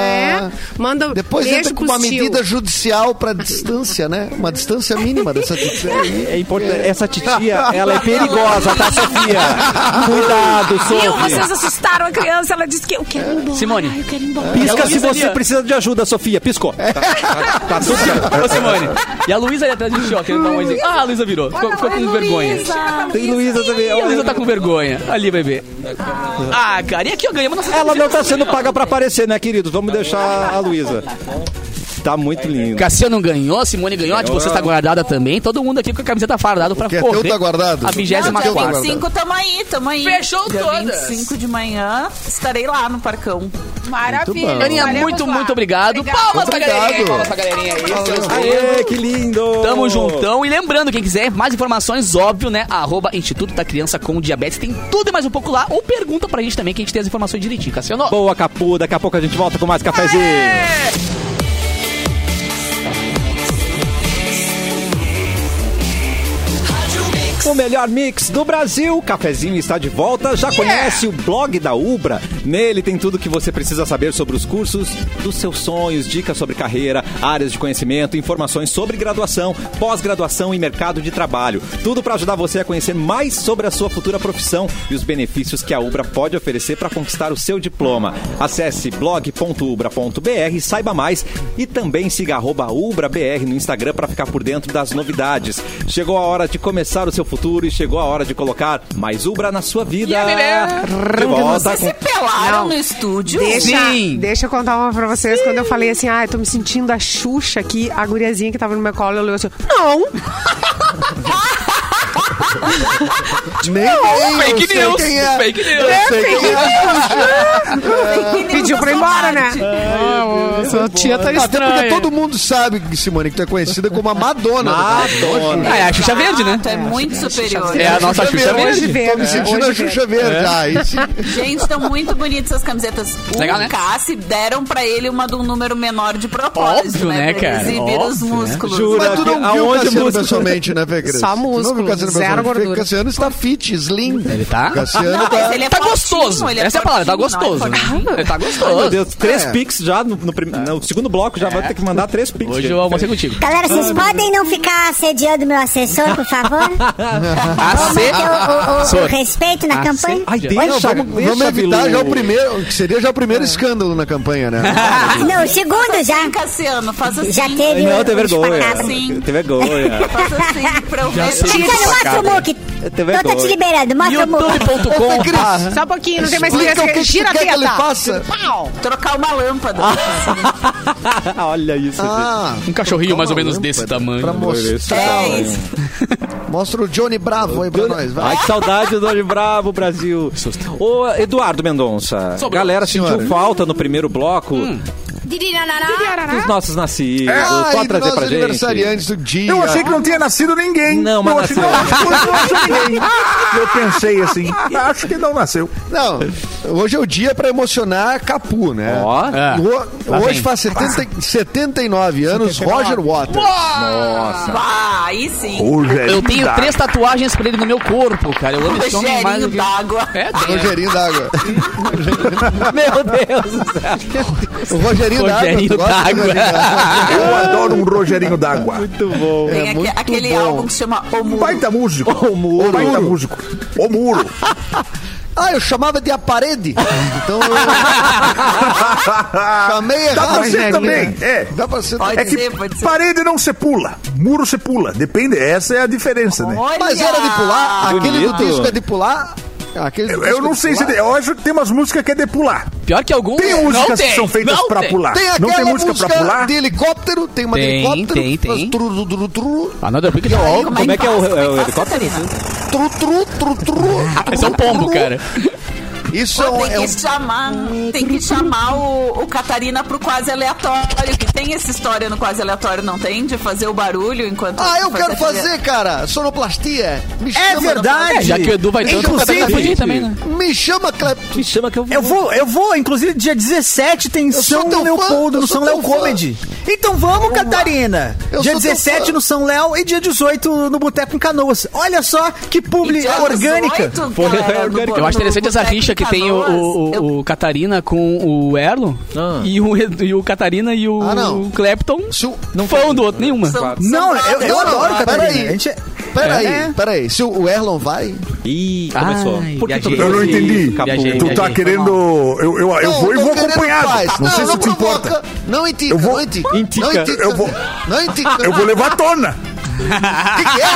C: É.
G: Sofia.
C: Manda um
G: Depois
C: beijo
G: entra com
C: pros
G: uma
C: tio.
G: medida judicial pra distância, né? Uma distância mínima dessa distância.
A: É importante. Essa titia, ela é perigosa, tá, Sofia? Cuidado,
C: Viu? Vocês
A: Ah,
C: assim.
A: Sofia.
C: assustaram a criança. Ela disse que eu quero ir embora.
B: Simone.
C: Eu quero ir embora.
A: Pisca
B: Ela
A: se
B: disse ali,
G: assim,
A: você
B: ó. É.
A: precisa de ajuda, Sofia. Piscou. Tá, tá- tá tudo certo.
B: Ô, Simone. E a Luísa ali atrás de ti, ó, querendo dar um oi. Ah, a Luísa virou. Ficou, ficou com vergonha.
A: Tem Luísa
G: é
A: também.
G: um
B: E a Luísa tá com vergonha. Ali, bebê. Ah, cara, e aqui eu ganhei uma nossa
A: Ela não tá sendo paga pra aparecer, né, querido? Vamos deixar a Luísa. Tá muito lindo.
B: Cassiano ganhou, Simone ganhou, a de vocês tá guardada também. Todo mundo aqui com a camiseta fardada pra
G: que é
B: correr.
G: teu tá guardado.
B: A vigésima
G: O que é teu tá
B: quarta.
G: guardado.
D: 25, tamo aí, tamo aí.
B: Fechou
D: Dia
B: todas.
D: 25 de manhã, estarei lá no Parcão.
I: Maravilha.
G: bom.
B: Aninha,
I: Estaremos
B: muito,
I: lá.
B: muito obrigado.
I: Obrigada.
B: Palmas pra
G: Obrigado.
B: galerinha aí, palmas pra galerinha aí. seus
A: Aê, que lindo!
B: né? Tamo juntão. E lembrando, quem quiser mais informações, óbvio, né? Arroba Instituto da Criança com Diabetes. Tem tudo e mais um pouco lá. Ou pergunta pra gente também, que a gente tem as informações direitinho, Cassiano.
A: Boa, Capu. Daqui a pouco a gente volta com mais cafezinho.
B: É!
A: O melhor mix do Brasil, o Cafezinho está de volta. Já conhece o blog da Ubra? Nele tem tudo que você precisa saber sobre os cursos dos seus sonhos, dicas sobre carreira, áreas de conhecimento, informações sobre graduação, pós-graduação e mercado de trabalho. Tudo para ajudar você a conhecer mais sobre a sua futura profissão e os benefícios que a Ubra pode oferecer para conquistar o seu diploma. Acesse blog.ubra.br, saiba mais e também siga arroba UbraBR no Instagram para ficar por dentro das novidades. Chegou a hora de começar o seu futuro e chegou a hora de colocar mais Ubra na sua vida.
B: Yeah,
A: De volta
D: Vocês
A: com
D: se pelaram
C: Não.
D: no estúdio?
C: Deixa,
B: Sim.
C: deixa eu contar uma pra vocês. Quando eu falei assim, ah, eu tô me sentindo a Xuxa aqui, a guriazinha que tava no meu colo, olhou assim, não!
G: Nem eu
B: Fake
G: sei
B: news.
G: quem é.
B: Fake news.
G: Eu sei quem é.
C: Pediu pra ir embora, né? Ah, sua tia tá
G: é. Até porque todo mundo sabe, Simone, que tu é conhecida como a Madonna.
A: Madonna.
B: Ah, é a Xuxa Verde, né?
D: Tu é muito superior.
B: É a nossa Xuxa Verde. É.
C: Hoje verde.
G: Tô me sentindo
C: Hoje
G: a Xuxa Verde. Ah,
A: É.
G: aí sim.
D: Gente, estão muito bonitas as camisetas. O
B: Legal, né?
D: Cassi deram pra ele uma de um número menor de propósito.
B: Óbvio, né,
D: pra ele
B: cara?
D: Exibir os
B: Óbvio, né?
D: músculos.
A: Jura
G: Mas tu
A: que-
G: não viu o
A: aonde
G: Cassiano
A: músculo?
G: pessoalmente, né, Fê Cris?
C: Só
G: Tu não viu o
C: músculo,
G: Cassiano
C: zero
G: pessoalmente? O
C: gordura.
G: Cassiano está fit, slim.
B: Ele tá?
G: Cassiano
D: Não,
G: tá...
D: mas ele é
B: tá
D: fortinho,
B: gostoso.
D: ele é
B: Essa é a palavra, tá
D: fortinho, não é
B: gostoso. né?
D: fortinho.
B: Ele tá
A: Ai, meu
B: gostoso.
A: Deus, três
G: É.
A: pics já no, no prim- no segundo bloco, já vai ter que mandar três pics.
B: Hoje eu almocei contigo.
F: Galera, vocês podem não ficar assediando meu assessor, por favor? Vamos
B: Ace-
F: manter o- o, o- o
B: Sor.
F: respeito na
B: Ace-
F: campanha?
A: Ah, Ai,
B: Não,
A: deixa, É.
G: Não,
A: vamos,
G: Ah, vamos, vamos evitar já o primeiro, que seria já o primeiro escândalo na campanha, né?
F: Ah, Não, o segundo já.
D: Sim, Cassiano, faz assim.
F: Já teve um
A: Não,
F: o-
A: tem
F: o
A: vergonha.
F: espacabra.
D: Sim.
A: Tem vergonha.
D: Faz assim pra eu ver.
F: Cassiano, mostra o muque.
A: Tem
F: Tô tá
A: vergonha.
F: te liberando, mostra o muque.
B: YouTube.com
C: Só um pouquinho, não tem mais
G: Ah, Explica o que que tu
C: Gira a
G: quer que ele
C: teta.
G: faça.
C: Pau.
D: Trocar uma lâmpada.
A: Olha isso,
G: Ah,
B: Um cachorrinho mais ou menos desse
G: pra
B: tamanho.
G: mostrar.
D: É isso.
G: Mostra o Johnny Bravo aí pra nós, vai.
A: Ai, que saudade do Doni Bravo, Brasil. Ô, Eduardo Mendonça,
B: Sobrou.
A: galera
G: um Senhora. Hum.
A: sentiu falta no primeiro bloco dos nossos nascidos. Pode
G: Ai, do
A: trazer
G: nosso
A: pra gente.
G: aniversariante do dia.
H: Eu achei que não tinha nascido ninguém.
A: Não, mas
H: eu achei que não
A: nasceu.
H: nasceu ninguém. Eu pensei assim, acho que não nasceu.
G: Não, hoje é o dia pra emocionar Capu, né?
A: Ó,
B: É.
G: O-
H: Tá
B: Lá
G: hoje
B: vem.
G: faz 70 79 anos Roger Waters.
A: nossa.
D: Bah, Ah, aí sim.
H: Hoje
B: Eu tenho três tatuagens pra ele no meu corpo, cara. Eu amo esse homem mais. do
D: Rogerinho
B: que-
D: d'água.
B: É, tem. é.
G: Rogerinho d'água.
A: Meu Deus do céu.
G: O Rogerinho d'água.
B: Rogerinho
G: tu gosta do
B: d'água.
G: Rogerinho d'água?
H: Eu adoro um Rogerinho d'água.
A: Muito bom.
D: Tem aque-
G: muito
D: aquele
G: bom.
D: álbum que chama O Muro.
H: Baita músico. O muro. Baita músico. O muro.
G: Ah, eu chamava de a parede. Então eu chamei
H: Dá
G: errado.
H: pra ser
G: né,
H: também.
G: menina?
H: É.
G: Dá pra ser
D: Pode
H: É
G: também.
D: ser,
H: que
D: pode ser.
H: parede não se pula, muro se pula. Depende, essa é a diferença, né?
D: Olha!
G: Mas era de pular. Aquele do
A: Bonito.
G: disco é de pular. Aquele
H: Eu,
G: do
H: eu
G: disco é
H: não
G: de
H: sei se.
G: pular.
H: tem- Eu acho que tem umas músicas que é de pular.
B: Pior que alguns.
H: Tem
B: não
H: músicas
B: tem.
H: que são feitas
B: não
H: pra
B: tem.
H: pular.
G: Tem
H: não
G: aquela
H: tem música pra pular?
G: de helicóptero. Tem uma de
B: Tem,
G: helicóptero.
B: tem,
G: que faz
B: tem.
G: Tru, tru, tru, tru,
B: Another Brick
G: Ó,
B: Drive.
A: Como é que é o, é o helicóptero?
G: tru, tru, tru, tru.
B: Esse é um pombo, cara.
G: Isso é
D: Pô,
G: um...
D: tem,
G: É um
D: que chamar, tem que chamar o, o Catarina pro quase aleatório, que tem essa história no quase aleatório, não tem? De fazer o barulho enquanto.
G: ah, eu
D: fazer
G: quero fazer, cara. Sonoplastia. Me
H: É
G: chama,
D: verdade.
B: É, já que o Edu vai tanto, o Catarina podia ir também, né?
G: Me chama, Clepto.
A: Me chama que eu vou.
E: Eu vou, eu vou, inclusive dia 17 tem
G: sou
E: São
G: teu fã,
E: Leopoldo
G: eu
E: no
G: sou
E: São
G: teu
E: Léo
G: fã.
E: Comedy. Então vamos, Catarina.
G: Eu
E: Dia
G: sou teu
E: 17
G: fã.
E: no São Léo e dia 18 no Boteco em Canoas. Olha só que publi é orgânica.
A: Porra, é orgânica.
B: Eu acho interessante essa rixa que tem o, o- o- o Catarina com o Erlo
A: Ah.
B: e, o, Edu- e o Catarina e o,
G: Ah, não.
B: Clapton.
G: Se o-
B: Não foi um do outro, nenhuma.
D: São-
E: Não, eu, eu
G: Não, não,
E: adoro, Catarina.
G: peraí.
E: A gente é-
G: Peraí,
E: É.
G: peraí. Se o Erlon vai...
A: Ih, começou.
B: Ai,
A: Por que tu
B: viajei.
H: Eu não
A: trouxe
H: entendi.
A: Capu?
B: Viajei,
H: Tu tá
B: viajei.
H: querendo. Eu, eu, eu vou e
G: tô
H: vou
G: querendo
H: acompanhado.
G: paz.
H: Não sei se
G: não
H: tu
G: provoca,
H: importa.
G: Não intica,
H: Eu vou-
G: não intica.
A: Intica.
G: Não intica.
H: Eu vou-
G: Não intica.
H: Eu vou levar à tona.
G: O que, que é?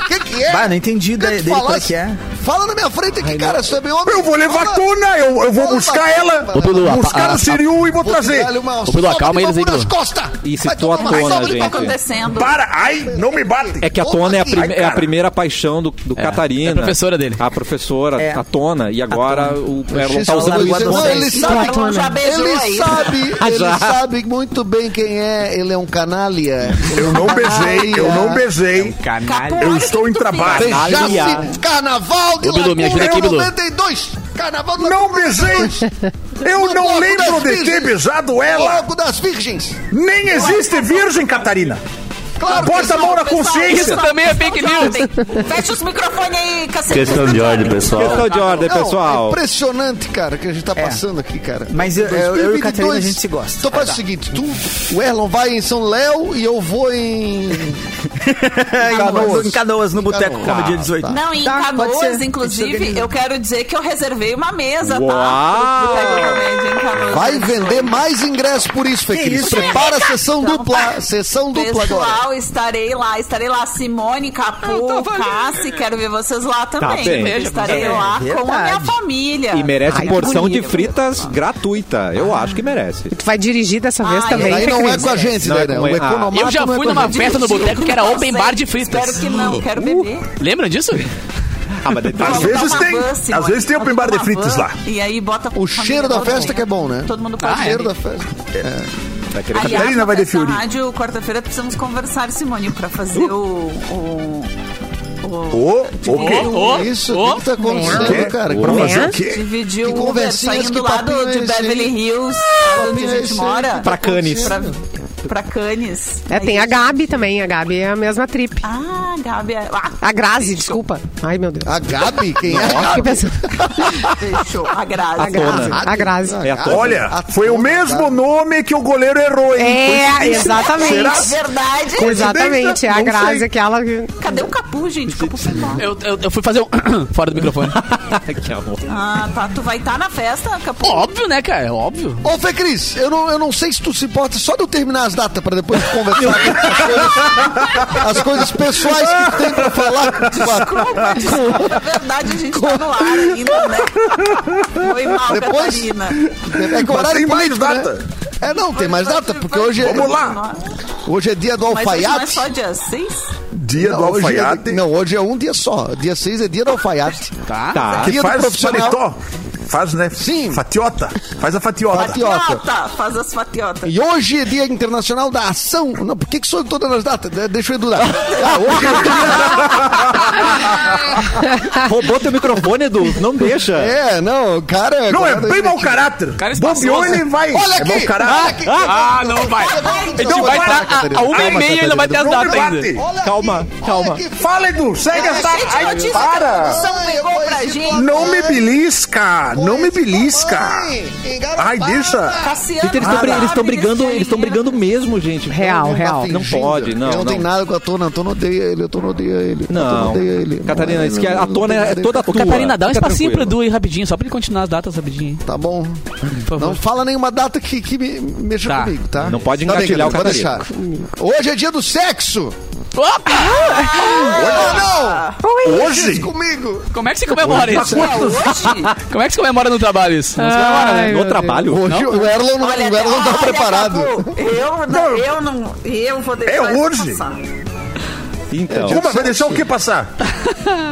G: O que, que é?
B: né?
E: Bah, não entendi
G: Quer
E: de-
G: te
E: dele
G: falar?
E: qual é que é.
G: Fala na minha frente aqui, cara. Você é meu homem.
H: Eu vou levar à
G: Fala.
H: tona. Eu, eu vou
G: Fala,
H: buscar
G: fala,
H: ela.
G: fala.
B: Dudu, a-
H: Buscar
B: a-
H: o Siriu e vou trazer.
G: dar-lhe uma
B: Ô, Dudu,
G: sopa
B: acalma
G: de
B: eles aí,
G: bambu nas
B: Dudu.
G: costas.
A: E se
G: Vai
A: tu
G: tomar uma
A: atona,
G: sopa de
A: gente?
D: Tá
G: bambu.
D: acontecendo.
H: Para! Ai, não me bate!
A: É que a Tona é a, prim-
G: Ai,
H: cara.
A: é a primeira paixão do, do Catarina.
B: é a professora dele.
A: A professora,
E: É.
A: a Tona. E agora o Erlon tá
G: Isso,
A: usando
G: ele
A: isso
G: não,
A: contra
G: Ele
A: ele.
G: sabe,
D: Ela já beijou
G: ele
D: aí.
G: sabe, ele
A: Já.
G: sabe muito bem quem é. Ele é um canalha.
H: Eu não beijei, eu não beijei.
D: Capu,
H: Eu
D: olha o
H: estou
D: que
H: em
D: tu
H: trabalho.
A: fez.
G: Beijasse Carnaval de
B: Ô, Bilu, me ajuda
G: Laguna
B: aqui, Bilu.
G: 92. Carnaval de
H: Não
G: Laguna
H: beijei!
G: 92.
H: Eu não
G: bloco
H: lembro
G: das
H: de ter
G: virgens.
H: beijado ela!
G: Logo das Virgens.
H: Nem existe virgem, Catarina!
G: Claro
H: Bota a
G: que
H: mão na
D: pessoal,
H: consciência!
D: pessoal,
B: Isso também é
D: questão de
B: fake news.
D: ordem. Fecha os microfones aí, cacete.
K: Questão de ordem, pessoal.
A: Questão de ordem,
G: Não, É
A: pessoal.
G: impressionante, cara, o que a gente tá passando aqui, cara.
E: É. Mas eu- eu- eu e
G: 2022.
E: Catarina, a gente se gosta.
G: Então faz o seguinte, tu, o Erlon vai em São Léo e eu vou em...
E: Em
G: Canoas.
E: Canoas, em Canoas no Boteco
G: Canoas. Ah,
E: como dia 18.
D: Não, em
E: Tá, pode ser. A
D: Canoas,
E: gente
D: inclusive,
G: é
E: organiza.
D: eu quero dizer que eu reservei uma mesa,
A: Uau!
D: tá? Pro Boteco Comédia em Canoas.
G: Vai vender mais ingressos por isso, Fê Cris.
E: isso?
G: Prepara a sessão
D: Então,
G: dupla.
D: vai.
G: Sessão dupla
D: Pessoal,
G: agora.
D: estarei lá, estarei lá. Simone, Capu, Cassi, quero ver vocês lá também.
A: bem.
D: Eu estarei
E: É
D: lá com a minha
E: verdade.
D: família.
A: E merece
D: Ai,
A: porção de
D: bonito.
A: fritas gratuita. Eu acho que merece.
C: Tu vai dirigir dessa vez
D: Ai,
G: Mas
C: também,
G: Aí
C: Fê
G: não é
C: Cris?
G: com a gente,
A: Não
G: né?
A: é com
G: né? O
A: ele.
G: economato
B: Eu já
G: não é
B: fui
G: com a
B: numa
G: gente.
B: festa no boteco que era open bar de
D: Espero
B: fritas.
D: que não, quero beber.
B: Lembra disso?
A: Ah, mas daí-
H: Às vezes
D: Botar uma van,
H: tem, às
D: Simone.
H: vezes tem o
D: Bota
H: bar de
D: uma
H: fritas
D: van
H: lá.
D: E aí bota
G: O cheiro da
D: família
G: festa
D: toda.
G: que é bom, né?
D: Todo
B: Ah,
D: mundo
G: O
D: pode
G: cheiro
D: ver.
G: da festa. É.
A: vai querer
D: Aliás,
H: Catarina vai
D: na
H: de Fiori.
D: rádio, quarta-feira, precisamos conversar, Simone, pra fazer o... o... o-
H: Ô, o quê?
B: Ô, ô,
G: Isso, o
B: ô.
G: que tá acontecendo,
H: Quê?
G: cara?
H: Pra
G: Que
H: fazer
C: né?
H: o quê?
D: Dividir
G: Que
D: o Uber
G: conversinhas,
D: saindo
G: que
D: lá do,
G: papinho
D: de
G: é esse,
D: Beverly
G: hein?
D: Hills, onde
G: papinho
D: a
G: é
D: gente
G: esse aí que
D: mora.
G: tá
A: Pra Cannes.
D: Pra,
G: acontecendo?
D: pra Canes.
C: É, tem a Gabi também, a Gabi é a mesma trip.
D: Ah, Gabi. é- Ah,
C: A Grazi, desculpa. Ai, meu Deus.
G: A Gabi? Quem é a
C: Fiquei
G: Gabi?
C: pensando.
D: deixou. A Grazi.
C: A Grazi, a Grazi.
A: É a toda.
H: Olha, foi o mesmo nome que o goleiro errou, hein?
C: É,
H: Coincidência.
C: exatamente.
H: Será?
D: Verdade.
C: Exatamente, é a
H: Não
C: Grazi,
H: sei.
C: aquela que...
D: Cadê o Capu, gente? O Capu foi embora.
B: Eu, eu, eu fui fazer um. Fora do microfone.
A: que amor.
D: Ah, tá. Tu vai estar na festa, Capu?
B: óbvio, né, cara? É óbvio.
G: Ô, Fê Cris, eu não, eu não sei se tu se importa só de eu terminar as datas pra depois tu conversar com as coisas, as coisas pessoais que tu tem pra falar.
D: Desculpa, desculpa. Na É verdade, a gente tá no ar ainda, né? Foi mal,
G: Depois?
D: Catarina.
G: É que o
H: Mas
G: horário
H: tem
G: é
H: mais
G: político, né?
H: data.
G: É, não, tem mais data, porque hoje é,
H: Vamos lá.
G: hoje é dia do
D: Mas hoje não é
G: alfaiate.
D: só dia 6?
H: Dia do
G: Não, hoje é-
H: alfaiate.
G: não, hoje é um dia só. Dia 6 é dia do alfaiate.
B: Tá.
A: Tá.
H: Que
G: Dia do
H: faz
G: profissional.
H: paletó. Faz, né?
G: Sim.
H: Fatiota. Faz a fatiota.
G: Fatiota.
D: Fatiota. Faz as fatiotas.
G: E hoje é Dia Internacional da Ação. Não, por que, que sou eu todas as datas? De- Deixa eu durar. Ah, hoje é dia
A: Roubou teu microfone, Edu. Não deixa.
G: É, não, cara.
H: Não, é
G: cara,
H: bem mau caráter.
B: Cara espaçoso.
H: Bobeou, ele vai.
G: Olha
H: é
G: aqui.
H: mau caráter.
B: Ah, não vai. Então vai
H: vai,
B: estar a, a uma e
H: Calma,
B: meia ainda vai ter as
H: Não me
B: datas
H: bate.
B: ainda.
G: Olha
A: Calma,
G: aqui,
A: calma.
G: Olha aqui.
H: Fala, Edu. Segue as datas. Ai, para.
D: produção
G: Ai,
D: pegou
G: eu vou
D: pra
G: esse
D: gente.
G: papai.
H: Não me belisca. Não me belisca. Ai, deixa.
D: Cassiano.
A: Gente, eles estão
D: sabe,
A: brigando,
D: Cristiane.
A: eles estão brigando mesmo, gente.
C: Real,
A: Não,
C: real.
A: Não pode, não.
G: Eu não tenho
A: não.
G: nada com a Tona. A Tona odeia ele. A Tona odeia ele. a Tona
A: Não.
G: odeia ele.
A: Catarina,
G: Não,
A: isso que a a
G: não
A: tona
G: tem
A: é
G: nada
A: toda
G: a ver.
A: tua.
B: Catarina, dá um
A: Fica
B: espacinho pro Edu
A: tranquila.
B: aí rapidinho, só pra ele continuar as datas rapidinho. hein?
G: Tá bom.
B: favor.
G: Não fala nenhuma data que, que me mexa
B: Tá.
G: comigo, tá?
A: Não pode
G: Tá bem,
A: engatilhar
G: Catarina,
A: o
G: pode deixar. Hoje é dia do sexo.
B: Opa!
G: Ah,
H: Hoje?
G: não! Comigo.
B: Como é que você comemora isso? Como é que você comemora no trabalho isso? Não se comemora, né?
C: Ai, meu
A: No trabalho?
G: Hoje o Erlon não,
D: Olha,
G: o Erlon
D: olha,
G: tá preparado.
D: Capu, Eu não, eu não, eu vou deixar
H: É
D: isso
H: hoje.
D: passar.
A: Então.
H: Como vai deixar o que passar?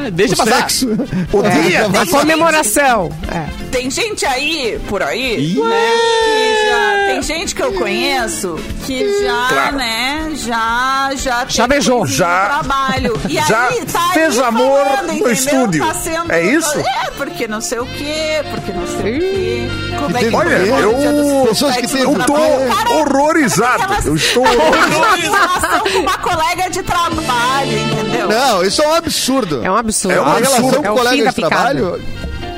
B: É, Deixa passar.
G: Sexo.
H: O
G: É,
H: dia?
C: A É. comemoração. É.
D: Tem gente aí, por aí, né, que já, tem gente que eu conheço que já,
H: Claro.
D: né, já, já...
C: Já
D: tem
C: beijou.
D: coisinha
H: Já-
D: no trabalho. E
H: já
D: aí, tá
H: fez
D: aí
H: amor
D: falando,
H: no
D: entendeu?
H: estúdio.
D: Tá sendo-
H: É isso?
D: É, porque não sei o quê, porque não sei o quê. Como é
G: tem-
D: que...
H: Olha,
D: comemora o dia do
H: eu-
D: sexo,
G: pessoas que
D: sexo
G: têm-
D: no
H: Eu tô
D: trabalho? Cara,
H: horrorizado.
D: aquelas-
H: Eu estou
D: uma
H: horrorizado.
D: relação com uma colega de trabalho, entendeu?
G: Não, isso é um absurdo.
C: É um absurdo.
H: É um
G: Uma relação
H: absurdo.
G: com
C: É o fim
G: colega
C: da
G: de trabalho.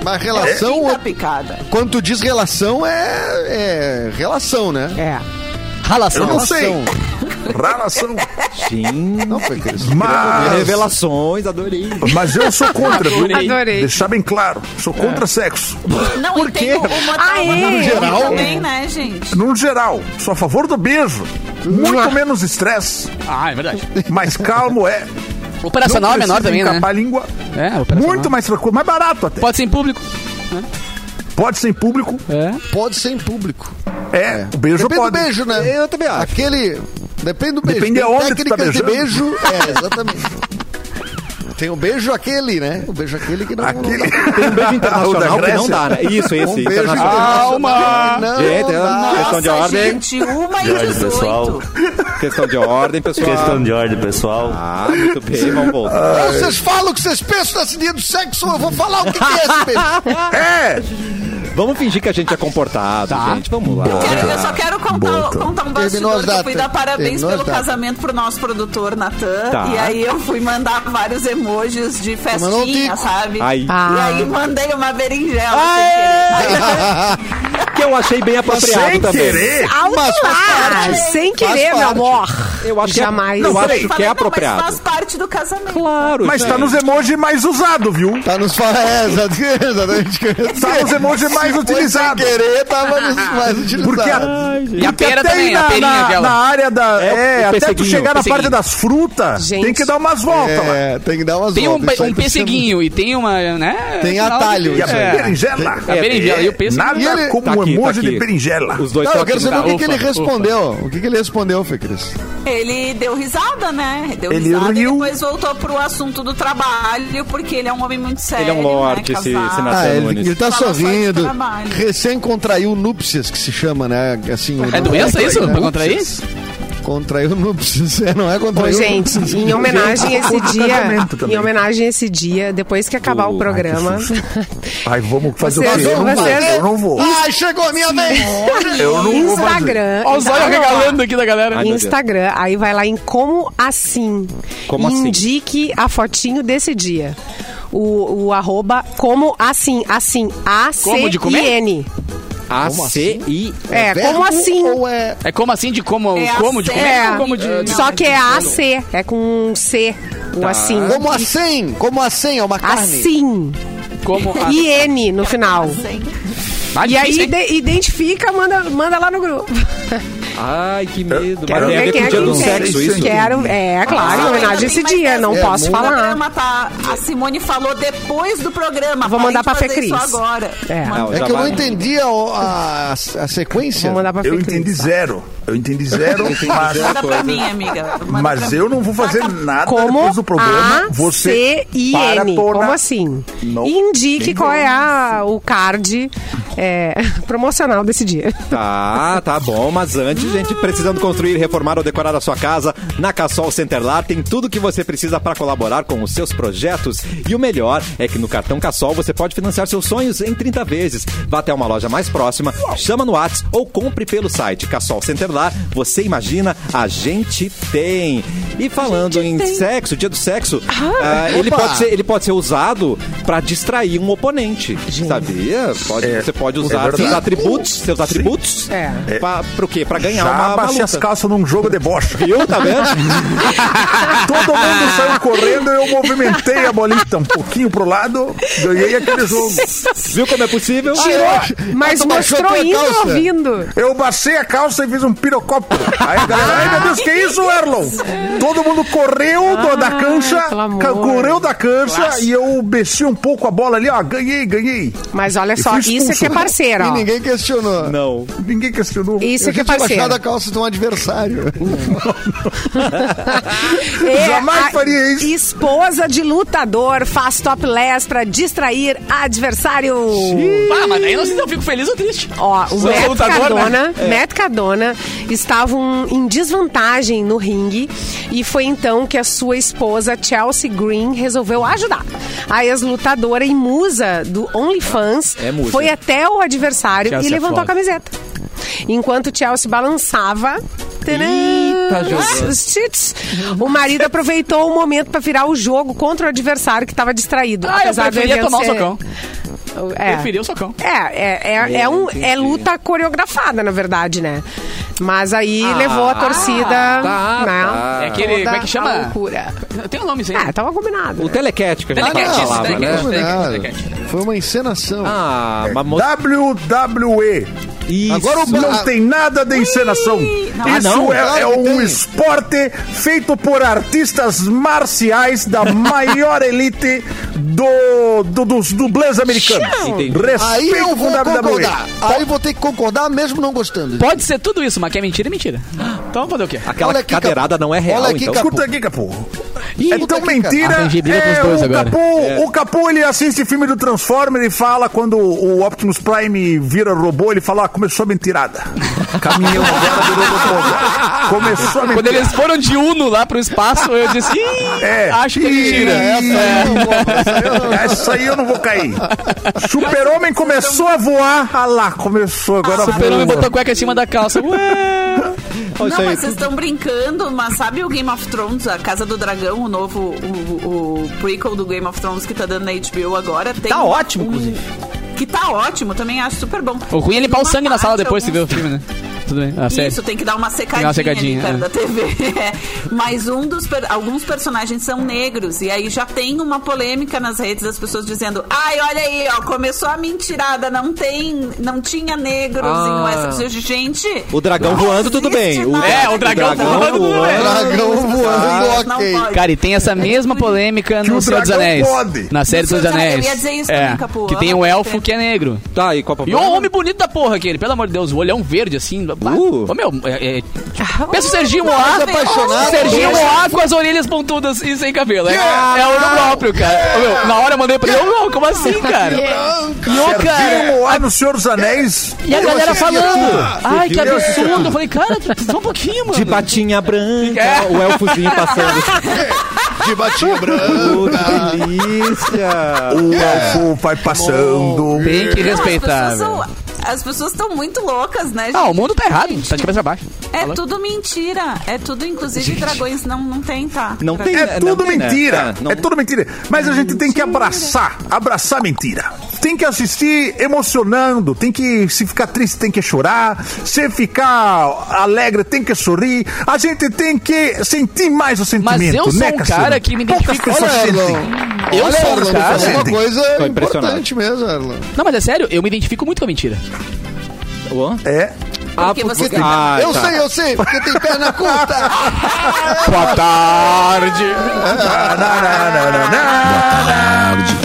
G: Uma relação.
D: É Fim da picada.
G: Quando tu diz relação, é. é relação, né?
C: É.
H: Eu
B: Ralação.
H: não sei. Relação.
A: Sim.
G: Não, foi Cris.
A: Ah,
H: Mas,
A: Revelações, adorei.
H: mas eu sou contra, viu?
C: Adorei.
H: Deixar bem claro. Sou
B: É.
H: contra sexo.
D: Não, Por quê? Tem uma
C: Aê!
D: trauma
G: Ah, é? Geral?
D: também, né, gente?
H: No geral, sou a favor do beijo. Muito menos estresse.
B: Ah, é verdade.
H: Mais calmo é.
B: Operacional é menor também, né?
H: encapar a língua.
B: É, operacional.
H: Muito mais tranquilo, mais barato até.
B: Pode ser em público.
H: Pode ser em público.
B: É.
G: Pode ser em público.
H: É, o beijo
G: Depende
H: pode.
G: do beijo, né?
A: Eu também acho.
G: Aquele. Depende do beijo.
H: Depende
G: Tem
H: aonde tu tá
G: técnicas de
H: beijando.
G: beijo. É, exatamente. Tem o beijo aquele, né? O beijo aquele que não.
H: Aquele.
A: Tem um beijo
H: O da
A: internacional que
H: Grécia.
A: não dá, né? Isso,
G: Um
A: esse.
G: beijo
A: internacional.
G: internacional que Não,
A: Gente,
G: dá.
A: é questão de
D: Nossa,
A: ordem.
D: gente, uma e
K: E aí, pessoal?
D: dezoito.
A: Questão de ordem, pessoal.
K: Questão de ordem, pessoal.
A: Ah, muito bem, vamos voltar.
G: Então Vocês falam o que vocês pensam nesse dia do sexo, eu vou falar o que, que é esse beijo.
H: É!
A: Vamos fingir que a gente é comportado, gente. Vamos lá.
D: Quero- eu só quero contar,
C: então.
D: contar um
G: Terminou
D: bastidor
G: as
D: que eu fui
G: datas.
D: dar parabéns
G: Terminou
D: pelo
G: as datas.
D: casamento pro nosso produtor Natan.
A: Tá.
D: E aí eu fui mandar vários emojis de
G: mandou um
D: festinha,
G: tico.
D: sabe?
A: Aí.
D: E aí mandei uma berinjela. sem querer.
A: Que eu achei bem É apropriado
H: Sem
A: também.
H: querer.
G: Mas faz
C: Ah,
G: parte.
C: sem querer,
G: Faz
C: meu
G: parte.
C: amor.
A: Eu acho
C: Jamais.
A: que é, eu
C: Não,
A: acho
H: peraí.
A: que
D: Falei,
A: é
D: "Não,
A: apropriado.
D: Mas faz parte do casamento.
A: Claro.
H: Mas tá
D: é-
A: gente.
H: nos emojis mais usado, viu?
G: Tá nos falando. É, exatamente. exatamente.
H: Tá nos emojis mais
G: Foi
H: utilizados.
G: Sem querer, tava nos mais utilizados.
H: Porque a,
B: E a
H: porque
B: pera
H: até
B: também,
H: na,
B: a perinha
H: na-
B: aquela.
H: na área da.
A: É,
H: É,
A: o
H: até tu
A: pesseguinho,
H: chegar na
B: pesseguinho.
H: parte das frutas,
C: Gente.
H: tem que dar umas voltas lá.
G: É, tem que dar umas
B: Tem um,
G: voltas. Isso aí
B: um
G: tá sendo-
B: pesseguinho e tem uma, né?
G: Tem atalho,
H: E a
G: isso aí.
B: É.
H: berinjela.
B: A berinjela e o pêssego.
H: Nada
G: E ele-
H: como
A: Tá
H: um
A: aqui,
H: emoji
A: tá aqui.
H: de berinjela.
A: Os
G: Não,
A: dois estão
G: eu quero
A: aqui
G: saber
A: no
G: o que, que ele
B: Ufa,
G: respondeu. O que, que ele respondeu, Fê Cris?
D: Ele deu risada, né? Deu
H: Ele
D: risada
H: riu.
D: e depois voltou pro assunto do trabalho, porque ele é um homem muito sério.
A: Ele é um lorde,
D: né?
A: esse-
D: Casado.
A: esse
G: Ah,
A: Natan
G: ele,
A: Nunes.
G: ele tá
D: Fala só de
G: sorrindo.
D: trabalho.
G: Recém contraiu núpcias, que se chama, né? Assim, o
B: É
G: nome
B: doença
G: técnico,
B: isso?
G: né?
B: Pra contrair?
G: Núpcias. Contraiu não, não é
C: Ô,
G: contraiu. né?
C: gente, em homenagem a esse dia, em homenagem a esse dia, depois que acabar o
H: Ai,
C: programa,
H: que Ai, vamos fazer
C: Vocês-
H: o quê? Eu não vou,
C: vocês-
H: Eu não vou.
G: Ai, chegou a minha vez!
H: Eu não vou fazer.
C: Instagram.
B: Olha os olhos
C: Instagram,
B: regalando aqui da galera.
A: Ai, meu Deus.
C: Instagram, aí vai lá em como assim.
A: Como
C: E
A: assim?
C: Indique a fotinho desse dia. O, o arroba como assim, assim, A C
B: Como de comer?
C: I N.
A: A-C-I.
C: É, como assim?
G: Ou é...
B: É como assim de como?
D: É
B: como de
D: a
B: como?
D: série.
B: ou como de... Tá.
D: É.
C: Só que é AC, é com um C, o assim.
G: Como assim? Como assim? É uma carne?
C: Assim,
B: Como a...
C: I N no final.
B: Ah,
C: E aí
B: difícil, hein?
C: ide- identifica, manda, manda lá no grupo.
A: Ai, que medo.
C: Quero
A: Mas tem a
C: ver
A: ver
C: quem
A: com
C: é
A: o dia
C: que
A: do
C: tem.
A: sexo, isso?
C: Quero, é, claro, em
D: Ah,
C: homenagem a
D: tem
C: esse
D: mais
C: dia,
D: essa-
C: não
D: é,
C: posso
D: no
C: falar.
D: programa, tá? A Simone falou depois do programa.
C: Vou
D: Parem
C: mandar
D: de
C: pra
D: fazer
C: Fê Cris.
D: isso agora.
C: É.
A: Não,
G: É
A: já
G: que eu não
A: vai.
G: entendi a, a, a sequência.
C: Vou mandar pra
H: Eu
C: Fê Cris.
H: entendi zero. Eu entendi zero, mas,
D: Manda pra mim, amiga. Manda pra
H: mas
D: mim.
H: eu não vou fazer nada
C: Como
H: depois do programa.
C: A
H: Você
C: C I
H: para
C: N.
H: toda-
C: Como assim?
H: Não.
C: Indique
H: Nem
C: qual é a- o card é, promocional desse dia.
A: Tá, tá bom, mas antes, gente, precisando construir, reformar ou decorar a sua casa, na Cassol Centerlar tem tudo que você precisa para colaborar com os seus projetos. E o melhor é que no cartão Cassol você pode financiar seus sonhos em 30 vezes. Vá até uma loja mais próxima, chama no Whats ou compre pelo site Cassol Centerlar. Você imagina, a gente tem. E falando em sexo, dia do sexo, ah, ele,
G: Opa!
A: pode ser, ele pode ser usado para distrair um oponente. Sabia? Pode-
H: É,
A: você pode
H: é
A: usar seus
H: verdade.
A: atributos, seus atributos.
C: É.
A: Pra, pro quê? Pra ganhar
H: Já
A: uma, uma
H: abaixei
A: luta.
H: as calças num jogo de bocha.
A: Viu? Tá vendo?
H: Todo mundo saiu correndo, eu movimentei a bolita um pouquinho pro lado, ganhei aquele jogo.
A: Viu como é possível?
C: Tirou, mas
G: tu baixou
C: mostrou
G: tua
C: indo
G: calça?
C: ouvindo.
H: Eu baixei a calça e fiz um pirocóptero. Aí a galera, ai meu Deus, que é isso, Erlon? Todo mundo correu do- da cancha,
C: Ah, pelo amor.
H: ca- correu da cancha e eu mexi um pouco a bola ali, ó, ganhei, ganhei. um
C: Mas olha
H: Eu
C: só,
H: fui
C: isso é
H: expulso.
C: que é parceiro,
G: E
C: ó.
G: ninguém questionou.
A: Não.
H: Ninguém questionou.
C: Isso é
G: Eu
C: que é
G: já tinha baixado a
C: parceiro.
G: calça de um adversário.
C: É,
H: Jamais
C: a
H: faria isso.
C: Esposa de lutador faz topless pra distrair adversário.
B: Ah, mas daí eu não sei se eu fico feliz ou triste.
C: Ó, o
B: Sou
C: Matt
B: lutador, né?
C: Cardona,
A: É.
C: Matt Cardona estavam em desvantagem no ringue e foi então que a sua esposa Chelsea Green resolveu ajudar. A ex-lutadora e musa do OnlyFans
A: É musa.
C: foi até o adversário
A: Chelsea
C: e
A: é
C: levantou a
A: foda.
C: camiseta. Enquanto Chelsea balançava, tcharam,
A: Eita, José.
C: os tits, o marido aproveitou o momento para virar o jogo contra o adversário que estava distraído.
B: Ah, eu
C: apesar do
B: preferia
C: evento
B: tomar o
C: ser-
B: socão.
C: É.
B: Preferia o socão.
C: É, é, é, é, um, é luta coreografada, na verdade, né? Mas aí
B: Ah,
C: levou a torcida.
A: tá,
C: né?
A: tá.
B: É aquele- como é que chama?
C: a Loucura.
B: Tem um nome, sim.
C: É, tava combinado.
A: O
C: né?
A: telecat que a gente
B: Telecat,
A: falava,
B: isso,
A: né?
B: telecat.
G: Foi uma encenação.
A: Ah, mas... mo-
H: WWE.
A: Isso.
G: Agora o
H: Não tem nada de encenação.
A: Ah,
H: Isso
A: não?
H: é,
G: Ah. Claro
H: é
G: que
H: um
G: tem.
H: esporte feito por artistas marciais da maior elite do, do- dos dublês americanos.
A: Entendi.
G: Aí
H: Respeito
G: eu vou
H: com WWE.
G: concordar. Aí eu vou ter que concordar mesmo não gostando.
B: Pode ser tudo isso, mas que é mentira, é mentira. Então fazer o quê?
A: Aquela
G: Olha aqui,
A: cadeirada
G: Capu.
A: não é real,
G: Olha aqui,
A: então.
G: Capu.
H: Escuta aqui, Capu. é tão
G: escuta aqui,
H: mentira.
B: cara. Arranjei briga com os
H: É,
B: dois
H: o,
B: agora.
H: Capu, o Capu, ele assiste filme do Transformer e fala quando o Optimus Prime vira robô, ele fala, ah, começou a mentirada. Caminhão agora virou robô. Começou a
B: Quando
H: mentirada.
B: eles foram de Uno lá pro espaço, eu disse, Ih,
H: É.
B: acho que é
H: Ih,
B: mentira.
G: Essa
A: É.
G: aí eu não vou, essa aí eu não vou.
H: Essa aí eu não vou cair. Super-Homem começou a voar. Ah lá, começou. Agora
B: Ah, Super-Homem
H: voa.
B: botou a cueca em cima da calça. Ué.
A: Olha isso
D: Não,
A: aí.
D: mas vocês estão brincando, mas sabe o Game of Thrones, a Casa do Dragão, o novo, o, o prequel do Game of Thrones que tá dando na HBO agora? Tem
A: Tá ótimo,
D: um-
A: inclusive.
D: Que tá ótimo, também acho super bom.
B: O ruim é limpar o
D: Uma
B: sangue na sala
D: parte,
B: depois que você vê o
D: alguns-
B: filme, né? Tudo bem, a série.
D: Isso, tem que dar uma secadinha,
B: Tem uma secadinha,
D: ali perto
B: é.
D: da TV. Mas um dos per- alguns personagens são negros e aí já tem uma polêmica nas redes das pessoas dizendo: "Ai, olha aí, ó, começou a mentirada, não tem, não tinha negros
A: Ah.
D: em Westeros". Gente,
A: O dragão
D: não
A: voando, tudo
D: existe
A: bem. O-
D: nada
B: É, o
D: que
B: dragão
D: não
B: voando, tudo bem.
G: Dragão voando,
D: mas não pode.
B: Cara, e tem essa mesma polêmica
H: Que o
B: no Senhor dos
H: dragão
B: Anéis.
H: pode.
B: Na
D: É
B: série
D: tipo No
B: dos Senhor dos
D: Anéis,
B: Anéis.
D: eu ia dizer isso
B: é,
D: também, Capu.
B: Que tem
D: Ah,
B: o
D: pode
B: elfo
D: crer.
B: que é negro.
A: Tá, e qual o
B: E o
A: problema?
B: homem bonito da porra aquele, pelo amor de Deus, o olhão verde assim. pá.
A: Uh.
B: Ô, meu, é, é- pensa o Serginho
G: Mas
D: é
B: Moá.
G: apaixonado. né?
B: Serginho Moá com as orelhas pontudas e sem cabelo. É,
A: Yeah.
B: é o próprio, cara. Ô, meu, na hora eu mandei pra ele, ô, meu, como assim, cara? E, ô, cara,
H: Viram o um ar no Senhor dos Anéis?
B: e a galera falando, ai, que
H: viu?
B: absurdo. Eu falei, cara, só um pouquinho,
A: De
B: mano.
A: patinha branca,
B: É.
A: o elfozinho passando.
G: De batinho branco.
A: Oh, que delícia!
H: O elfo vai passando.
B: Tem que
D: Não, as
B: respeitar,
D: pessoas
B: velho.
D: são- As pessoas estão muito loucas, né, gente?
B: Ah, o mundo tá errado, tá de cabeça pra baixo.
D: É
B: Fala.
D: tudo mentira. É tudo, inclusive, dragões não, não tem, tá?
A: Não tem,
H: É tudo
A: Não tem, né?
H: mentira.
A: Ah, não-
H: É tudo mentira. Mas a gente tem que abraçar. Abraçar a mentira. Tem que assistir emocionando. Tem que, se ficar triste, tem que chorar. Se ficar alegre, tem que sorrir. A gente tem que sentir mais o sentimento.
B: Mas eu sou
H: né,
B: um
H: Cassiano?
B: cara que me
H: Poucas
B: identifico-
H: pessoas
B: Olha,
H: sentem.
B: Eu sou um
G: Erlon,
B: cara-
G: é uma
H: Sentem.
G: coisa
A: Tô impressionado.
G: importante mesmo, Erlon.
B: Não, mas é sério, eu me identifico muito com a mentira.
A: Hã?
H: É.
A: Ah,
D: Porque você tem-
A: Ah,
G: eu
A: tá.
G: sei, eu sei, porque tem perna curta.
B: Boa tarde.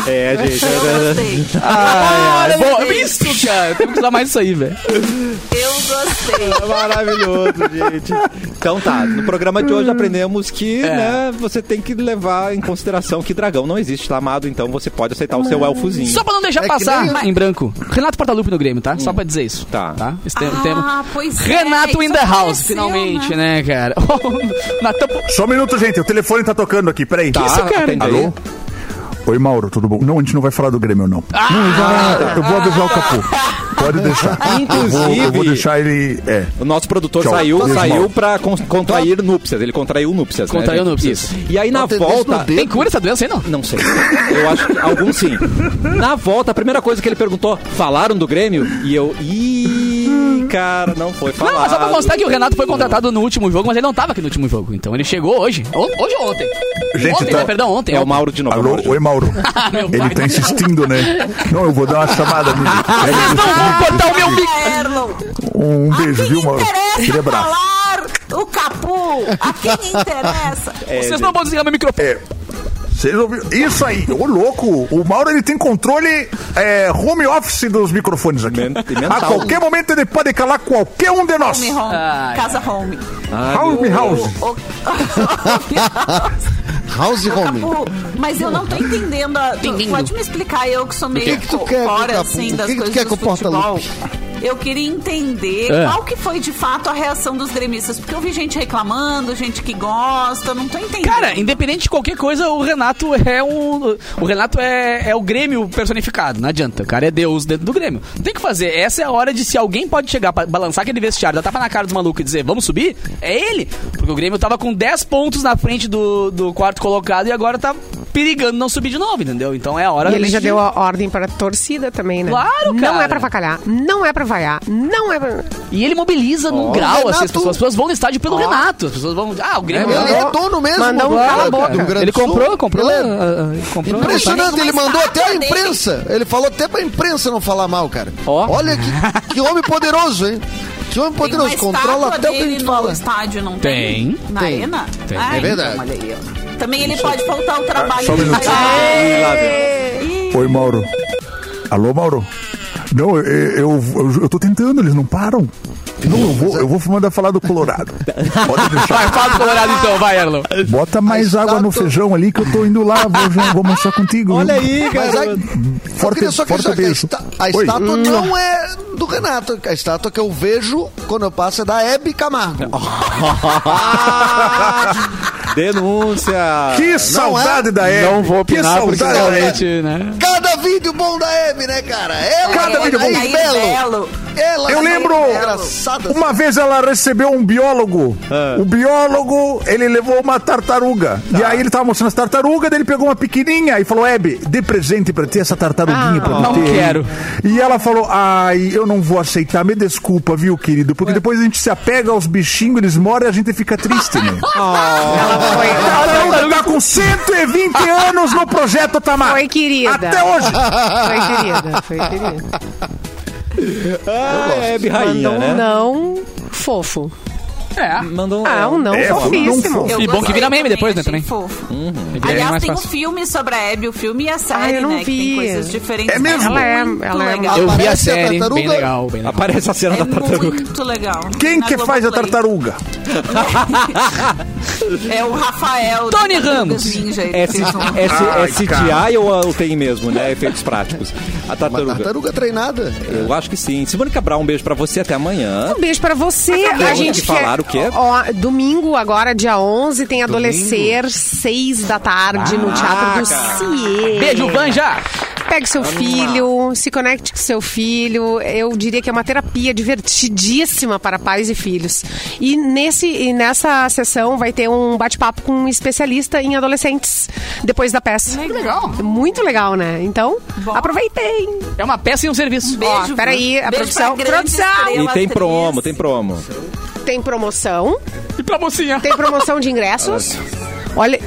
A: É, gente.
D: Eu gostei.
B: Ai, ai, Ah, é, bom, é isso, cara. Tem que usar mais isso aí, velho.
D: Eu gostei.
A: É maravilhoso, gente. Então tá, no programa de hoje aprendemos que,
B: É.
A: né, você tem que levar em consideração que dragão não existe, tá amado? Então você pode aceitar o seu elfozinho.
B: Só pra não deixar
G: É que
B: passar
G: nem-
B: em branco. Renato Portaluppi no Grêmio, tá? Só pra dizer isso.
A: Tá.
B: Esse tem-
D: Ah,
B: tem-
D: pois é,
B: Renato
D: isso
B: in the house,
D: apareceu,
B: finalmente, né, cara? Natan...
H: Só um minuto, gente. O telefone tá tocando aqui. Peraí.
A: Tá,
B: isso, cara?
A: atende aí.
H: Alô? Oi, Mauro, tudo bom? Não, a gente não vai falar do Grêmio, não.
B: Ah!
H: não, eu vou- eu vou avisar o Capu. Pode deixar. Eu vou, eu vou
A: Inclusive-
H: deixar ele... É.
A: O nosso produtor
H: Tchau.
A: saiu,
H: Tchau,
A: saiu
H: irmão.
A: pra con- contrair núpcias. Ele contraiu núpcias, né,
B: Contraiu
A: gente?
B: núpcias.
A: Isso. E aí na
G: Tem dois no
A: volta...
G: dedo.
B: Tem cura essa doença aí, não?
A: Não sei. Eu acho que alguns sim. Na volta, a primeira coisa que ele perguntou, falaram do Grêmio? E eu, ih, cara, não foi falado.
B: Não, mas só pra constar que o Renato foi contratado no último jogo, mas ele não tava aqui no último jogo. Então ele chegou hoje. O- hoje ou ontem?
H: Gente,
B: ontem,
H: tá-
B: né? perdão, ontem.
A: É o Mauro de novo.
B: né?
H: Alô,
A: Mauro de
H: oi, Mauro.
B: Ah, meu pai.
H: Ele tá insistindo, né? Não, eu vou dar uma chamada nele.
B: Vocês não vão cortar o meu Ah, bico.
D: Ah, Erlon.
H: Um beijo,
D: a
H: viu,
D: quem
H: Mauro? é Aquele
D: interessa
H: abraço.
D: falar o Capu? A quem interessa?
B: Vocês não vão desligar meu microfone.
H: É, Vocês ouviram? Isso aí, ô louco! O Mauro ele tem controle é, home office dos microfones aqui.
A: Men- e mental.
H: A qualquer momento ele pode calar qualquer um de nós.
D: Home home.
B: Ai.
D: Casa home.
H: Home house.
D: O, o- Capu,
G: House Home.
D: mas eu não tô entendendo. a- tu-
B: Bem-vindo.
D: pode me explicar, eu que sou meio
G: que que tu quer,
D: fora,
G: Capu?
D: assim,
G: O
D: das
G: que que tu
D: coisas
G: quer
D: do
G: com o Porta
D: futebol.
G: Lupe?
D: Eu queria entender
B: É.
D: qual que foi de fato a reação dos gremistas. Porque eu vi gente reclamando, gente que gosta, eu não tô entendendo.
B: Cara, É, independente de qualquer coisa, o Renato é um. O Renato é, é o Grêmio personificado, não adianta. O cara é Deus dentro do Grêmio. Não Tem que fazer. Essa é a hora de se alguém pode chegar pra balançar aquele vestiário, dar tapa na cara dos malucos e dizer, vamos subir? É ele. Porque o Grêmio tava com 10 pontos na frente do, do quarto colocado e agora tá perigando não subir de novo, entendeu? Então é a hora
C: E ele já
B: de-
C: deu a ordem para a torcida também, né?
B: Claro,
C: Não
B: cara.
C: é pra facalhar, não é pra vaiar, não é pra...
B: E ele mobiliza num grau, assim, as
G: Renato.
B: pessoas, as pessoas vão no estádio pelo Renato. As pessoas vão. Ah, o Grêmio.
G: Ele
B: ganhou.
G: é dono mesmo.
C: Mandou um
G: do-
C: cala a
G: do
C: boca.
G: Rio Grande
B: Ele
G: do Sul.
B: comprou, comprou.
G: Ele é
B: ah, ah, comprou
G: Impressionante, ele
D: Mas
G: mandou
D: tá
G: até a
D: dele.
G: imprensa. Ele falou até pra imprensa não falar mal, cara.
B: Ó.
G: Olha que, que homem poderoso, hein? Que homem
D: Tem uma
G: poderoso. Controla
D: estátua
G: até o que a
D: dele
G: gente
D: no
G: fala.
D: estádio, não tem?
B: Tem.
D: Na
B: Tem.
D: arena?
B: Tem.
D: Ai,
G: É verdade.
D: então, olha aí, ó. Também ele pode faltar o trabalho.
H: só um minuto. Oi, Mauro. Alô, Mauro. Não, eu, eu, eu, eu tô tentando, eles não param. Não, eu vou, eu vou mandar falar do Colorado. Pode
B: Vai,
H: deixar.
B: fala do Colorado então, vai, Erlon.
H: Bota mais
G: A
H: água no
G: estátua-
H: feijão ali que eu tô indo lá, vou, já- vou manchar contigo.
A: Olha aí,
G: Mas a,
A: cara.
G: eu queria
H: Forte,
G: só questionar
H: forte
G: que a,
H: beijo.
G: esta- a
H: Oi. Hum.
G: estátua não é do Renato. A estátua que eu vejo quando eu passo é da Hebe Camargo.
A: Denúncia!
G: Ah, é?
H: Que saudade da Hebe.
B: Não vou opinar
H: que
B: porque
H: saudade da Hebe.
B: realmente, né?
G: Cada vídeo bom da Hebe, né, cara? Ela,
H: Cada
G: Anaís
H: vídeo bom.
D: Anaís Belo.
G: Ela,
H: Eu
G: Anaís
H: lembro
G: Belo. Engraçada.
H: uma vez ela recebeu um biólogo.
A: Ah.
H: O biólogo, ele levou uma tartaruga.
A: Tá.
H: E aí ele tava mostrando as tartarugas, daí ele pegou uma pequenininha e falou: Hebe, dê presente pra ti essa tartaruguinha pra tu
B: Ah, não
H: ter.
B: quero.
H: E ela falou: Ai, eu não vou aceitar, me desculpa, viu, querido? Porque depois a gente se apega aos bichinhos, eles morrem e a gente fica triste, né?
B: Ah.
H: A tartaruga tá com 120 anos no projeto Tamar.
C: Foi querida.
H: Até hoje.
C: Foi querida, foi querida.
A: Ah, é, rainha,
C: Mandou um
A: né?
C: não fofo.
B: É.
A: Mandou
C: Ah, um não
H: É, foi um
C: fofíssimo.
H: não
D: Eu
B: E bom que vira meme
D: gostei
B: depois, né,
D: achei
B: também.
D: fofo.
B: E vira
D: Aliás,
B: é mais
D: tem um
B: fácil.
D: filme sobre a Abby, o filme e a série,
C: Ah, eu não
D: né? Que
C: vi.
D: tem coisas diferentes.
H: É mesmo?
D: Ela
C: Ela é-
D: é muito
C: ela é
D: legal.
G: uma-
B: Eu vi a
G: Aparece a
B: série, bem
G: tartaruga.
B: legal, bem legal.
A: Aparece a cena
D: É
A: da tartaruga.
D: muito legal.
H: Quem
D: Na
H: que faz a
D: Globoplay.
H: tartaruga?
D: É o Rafael. do
B: Tony
D: Tartarugas
B: Ramos.
D: Ninja, ele
A: É,
D: fez um-
H: Ai,
B: tipo-
A: CGI ou ah, tem mesmo, né? Efeitos práticos. A
G: Uma
A: tartaruga.
G: tartaruga treinada.
A: Eu acho que sim. Simone Cabral, um beijo pra você. Até amanhã.
C: Um beijo pra você.
A: Acabou
C: a gente
A: de falar o quê?
C: Ó, domingo, agora, dia 11, tem Adolescer, 6 da tarde, no Teatro do
A: Caraca.
C: CIE.
B: Beijo, Vanja!
C: Pegue seu filho, se conecte com seu filho. Eu diria que é uma terapia divertidíssima para pais e filhos. E, nesse, e nessa sessão vai ter um bate-papo com um especialista em adolescentes, depois da peça.
B: Legal.
C: Muito legal, né? Então,
D: Bom.
C: aproveitem.
B: É uma peça e um serviço.
D: Beijo.
C: Ó, peraí, a
D: Beijo
C: produção-
D: pra grande
C: produção!
A: E
D: estrela,
A: tem
D: atriz.
C: é
A: promo, tem promo.
C: Tem promoção.
B: E pra mocinha.
C: Tem promoção de ingressos. Olha.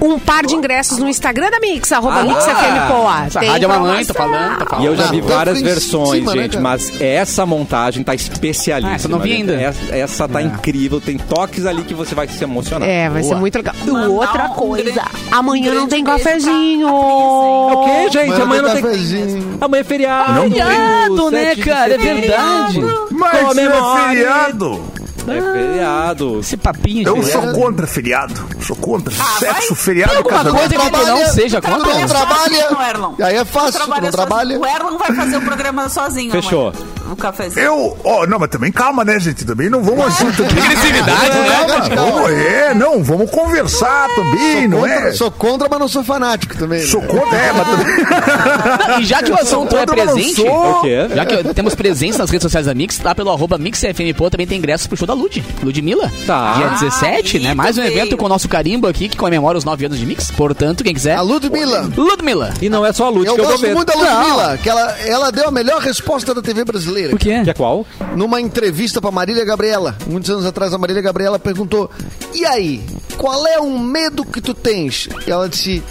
C: Um par de ingressos no Instagram da Mix, arroba
B: Ah,
C: Mix FM Poa.
B: Essa
C: Tem
B: rádio é mamãe,
C: promoção.
B: tá falando, tá falando.
A: E eu já
G: Não,
A: vi
G: tá
A: várias
G: em cima,
A: versões,
G: né,
A: gente,
G: cara?
A: mas essa montagem tá especialíssima.
B: Ah, essa eu não vi
A: né?
B: ainda.
A: Essa, essa
G: É.
A: tá incrível, tem toques ali que você vai se emocionar.
C: É, vai ser
B: Boa.
C: muito legal. E
D: Mandar
C: outra
D: um
C: coisa,
D: grande-
C: amanhã
D: um
C: não tem
D: grande beijo pra
C: cafezinho.
A: É o quê, gente? Amanhã
G: tá
A: não tem...
G: cafezinho.
A: Amanhã é feriado.
H: Não tem.
B: Feriado, né,
A: Sete de
B: cara? É
A: setembro.
B: verdade.
H: Mas
A: Comemore.
H: é feriado.
A: É feriado.
B: Esse papinho de
H: Eu
B: feriado.
H: sou contra feriado. Sou contra.
G: Ah,
H: Sexo, feriado,
B: Tem alguma
H: casamento.
B: coisa que tu não
G: Trabalha-
B: um seja
G: Tu
B: contra?
G: não
D: Trabalha
G: trabalha.
D: sozinho, Erlon.
G: Aí é fácil, tu
D: Trabalha
G: não
D: sozinho.
G: trabalha.
D: O Erlon vai fazer o programa sozinho.
A: Fechou.
D: amanhã. O
G: é.
D: cafezinho.
H: Eu, ó, não, mas também calma, né, gente? Também não vamos assim. também.
B: Agressividade, né?
H: Calma, vamos, é, não, vamos conversar também, não
G: Contra-
H: é?
G: Sou contra, mas não sou fanático também. né?
H: Sou contra, é, mas também.
B: E já que o assunto é
H: contra, mas não
B: presente,
H: sou.
A: O quê?
B: já que temos presença nas redes sociais da Mix, lá pelo arroba MixFMPO também tem ingressos pro show da Lud, Ludmilla.
A: Tá.
B: Dia
A: Ah,
B: 17, né?
D: muito
B: Mais um
D: bem.
B: evento com o nosso carimbo aqui, que comemora os 9 anos de Mix. Portanto, quem quiser...
G: A Ludmilla.
B: Ludmilla.
A: E não é só a Lute
G: Eu
A: que eu vou
G: gosto
A: ver.
G: muito da Ludmilla, que ela, ela deu a melhor resposta da TV brasileira.
B: O que é?
A: Que é qual?
G: Numa entrevista pra Marília Gabriela, muitos anos atrás, a Marília Gabriela perguntou: E aí, qual é o medo que tu tens? E ela disse: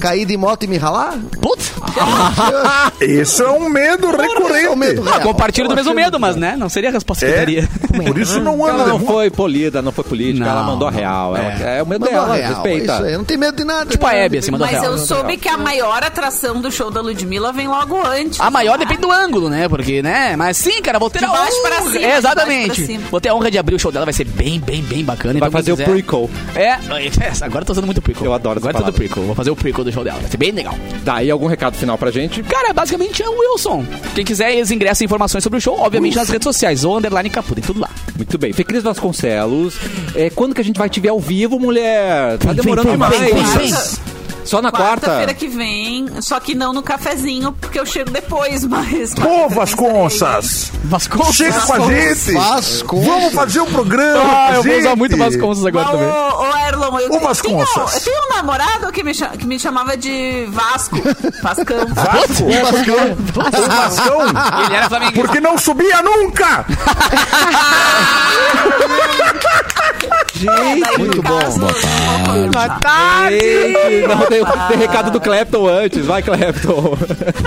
G: Cair de moto e me ralar?
B: Putz!
H: Isso é um medo
G: Esse é o medo
H: recorrente.
B: Ah,
G: real.
B: compartilho do
G: Eu é
B: mesmo
G: achei
B: medo, mas né? Não seria a resposta que eu
H: É,
B: daria.
H: por isso não
A: Ela
H: anda.
A: não foi polida, não foi política,
B: Não,
A: ela mandou a
B: não.
A: real. Ela- É, o medo
G: Mandou
A: dela,
G: real,
A: respeita.
G: Isso aí, não tem medo de nada.
B: Tipo a
G: né?
B: Hebe, assim, mandou
D: Mas
B: real.
D: eu soube que a maior atração do show da Ludmilla vem logo antes.
B: A maior
D: né?
B: depende do ângulo, né? Porque, né? Mas sim, cara, vou ter
D: De
B: a
D: baixo
B: honra.
D: pra cima, de
B: É,
D: baixo
B: exatamente.
D: pra cima.
B: Vou ter a honra de abrir o show dela, vai ser bem, bem, bem bacana. então,
A: Vai
B: quem
A: fazer o
B: quiser-
A: prequel.
B: É, é, agora eu tô usando muito prequel.
A: Eu adoro essa
B: Agora eu tô usando
A: palavra.
B: prequel. Vou fazer o prequel do show dela. Vai ser bem legal.
A: Daí algum recado final pra gente?
B: Cara, basicamente é o Wilson. Quem quiser, eles ingressam informações sobre o show, obviamente, nas redes sociais. Ou underline Capu, tem tudo lá.
A: Muito bem. Fê Cris Vasconcelos, é, quando que a gente vai te ver ao vivo, mulher? Tá
B: Vem,
A: demorando
B: vem, vem,
A: demais.
B: vem, vem,
D: vem.
A: Só na quarta?
D: Quarta-feira que vem, só que não no cafezinho, porque eu chego depois, mas.
H: Pô, Vasconças!
B: Vasconcelos.
H: Chega com a gente!
G: Vasconcelos.
H: Vamos fazer o programa!
B: Ah, eu
H: gente.
B: vou usar muito Vasconcelos
D: Mas,
B: agora
D: ô,
B: também.
D: ô, Erlon, eu
H: Ô, Vasconças.
D: Tenho, eu tenho um namorado que me, cha- que me chamava de Vasco. Vascão.
H: Vasco? Ah, O Vascão?
B: Ele era flamenguista.
H: Porque não subia nunca!
A: Gente,
D: Muito bom.
A: gente, Ah, não, tem, tem recado do Clapton antes. Vai, Clapton.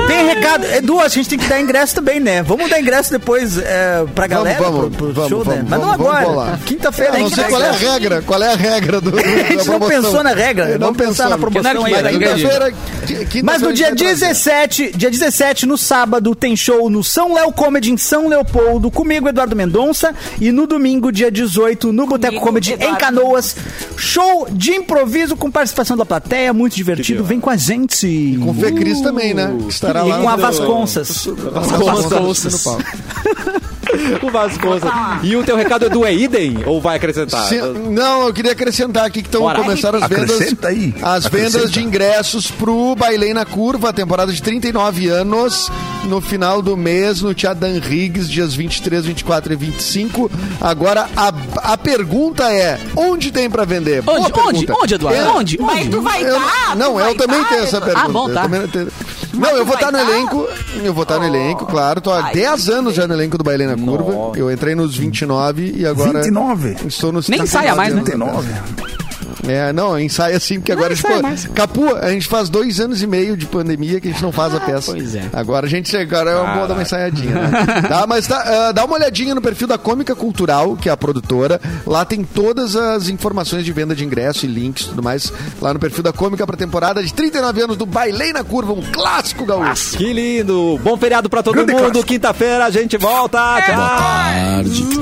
E: Tem recado, Edu, a gente tem que dar ingresso também, né? Vamos dar ingresso depois é, pra galera,
G: vamos,
E: pro, pro
G: vamos,
E: show, né?
G: vamos,
E: Mas não
G: vamos, vamos
E: agora,
G: bolar.
E: quinta-feira
G: Ah,
E: a
G: não
E: gente
G: sei
E: dá
G: qual é a
E: ingresso.
G: regra, qual é a regra do.
E: A gente não pensou na regra,
G: Não
E: vamos pensar
G: pensou
E: na promoção aí.
B: Anarquia,
E: da
B: né?
E: ingresso.
G: Quinta-feira. qui- quinta-feira é
E: Mas
G: a
E: no
G: gente
E: dia
G: vai trazer.
E: 17, dia 17, no sábado, tem show no São Léo Comedy em São Leopoldo, comigo, Eduardo Mendonça. E no domingo, dia 18, no Boteco
D: Comigo,
E: Comedy em
D: Eduardo
E: Canoas. Show de improviso com participação da plateia, muito divertido. Vem com a gente. E
G: Com o Fê Cris também, né? Que Estará
E: e
G: lá
E: com a
G: no-
E: Vasconças.
G: Vasconcelos. no palco.
A: o Vasconcelos. E o teu recado, Edu, é idem? Ou vai acrescentar?
G: Se- não, eu queria acrescentar aqui que estão
A: Bora.
G: começando as vendas.
H: Acrescenta aí.
G: As
H: Acrescenta.
G: vendas de ingressos pro Bailei na Curva, temporada de 39 anos, no final do mês, no Teatro Dan Riggs, dias 23, 24 e 25. Agora, a, a pergunta é: onde tem pra vender? Boa
B: Onde, onde,
G: pergunta.
B: onde, Eduardo?
G: Eu-
B: Onde?
D: Mas
B: Onde?
D: tu vai
G: eu-
D: dar? tu
G: não,
D: vai
G: eu também
D: dar,
G: tenho essa
D: Eduardo?
G: pergunta.
B: Ah, bom,
G: eu
B: tá.
G: também tenho. Não, eu vou
D: tu
G: estar no
D: vai dar?
G: elenco. Eu vou estar no elenco, claro. Tô há
D: Ai,
G: 10 anos já no elenco do Bailei na Curva. Eu entrei nos 29 e agora.
H: 29.
G: Estou nos
B: Nem
G: 39
B: saia mais, né?
G: anos atrás.
H: 29.
G: É, não, ensaia assim, porque agora
L: ensaia
G: ficou.
L: mais.
G: Capu, a gente faz dois anos e meio de pandemia que a gente não faz a peça.
L: pois é.
G: Agora a gente agora é uma boa
D: Ah.
G: dar uma ensaiadinha, né? tá, mas tá, ah, dá uma olhadinha no perfil da Cômica Cultural, que é a produtora. Lá tem todas as informações de venda de ingresso e links e tudo mais. Lá no perfil da Cômica pra temporada de 39 anos do Bailei na Curva, um clássico gaúcho.
D: É
A: Que lindo! Bom feriado pra todo mundo. Quinta-feira a gente volta. Tchau!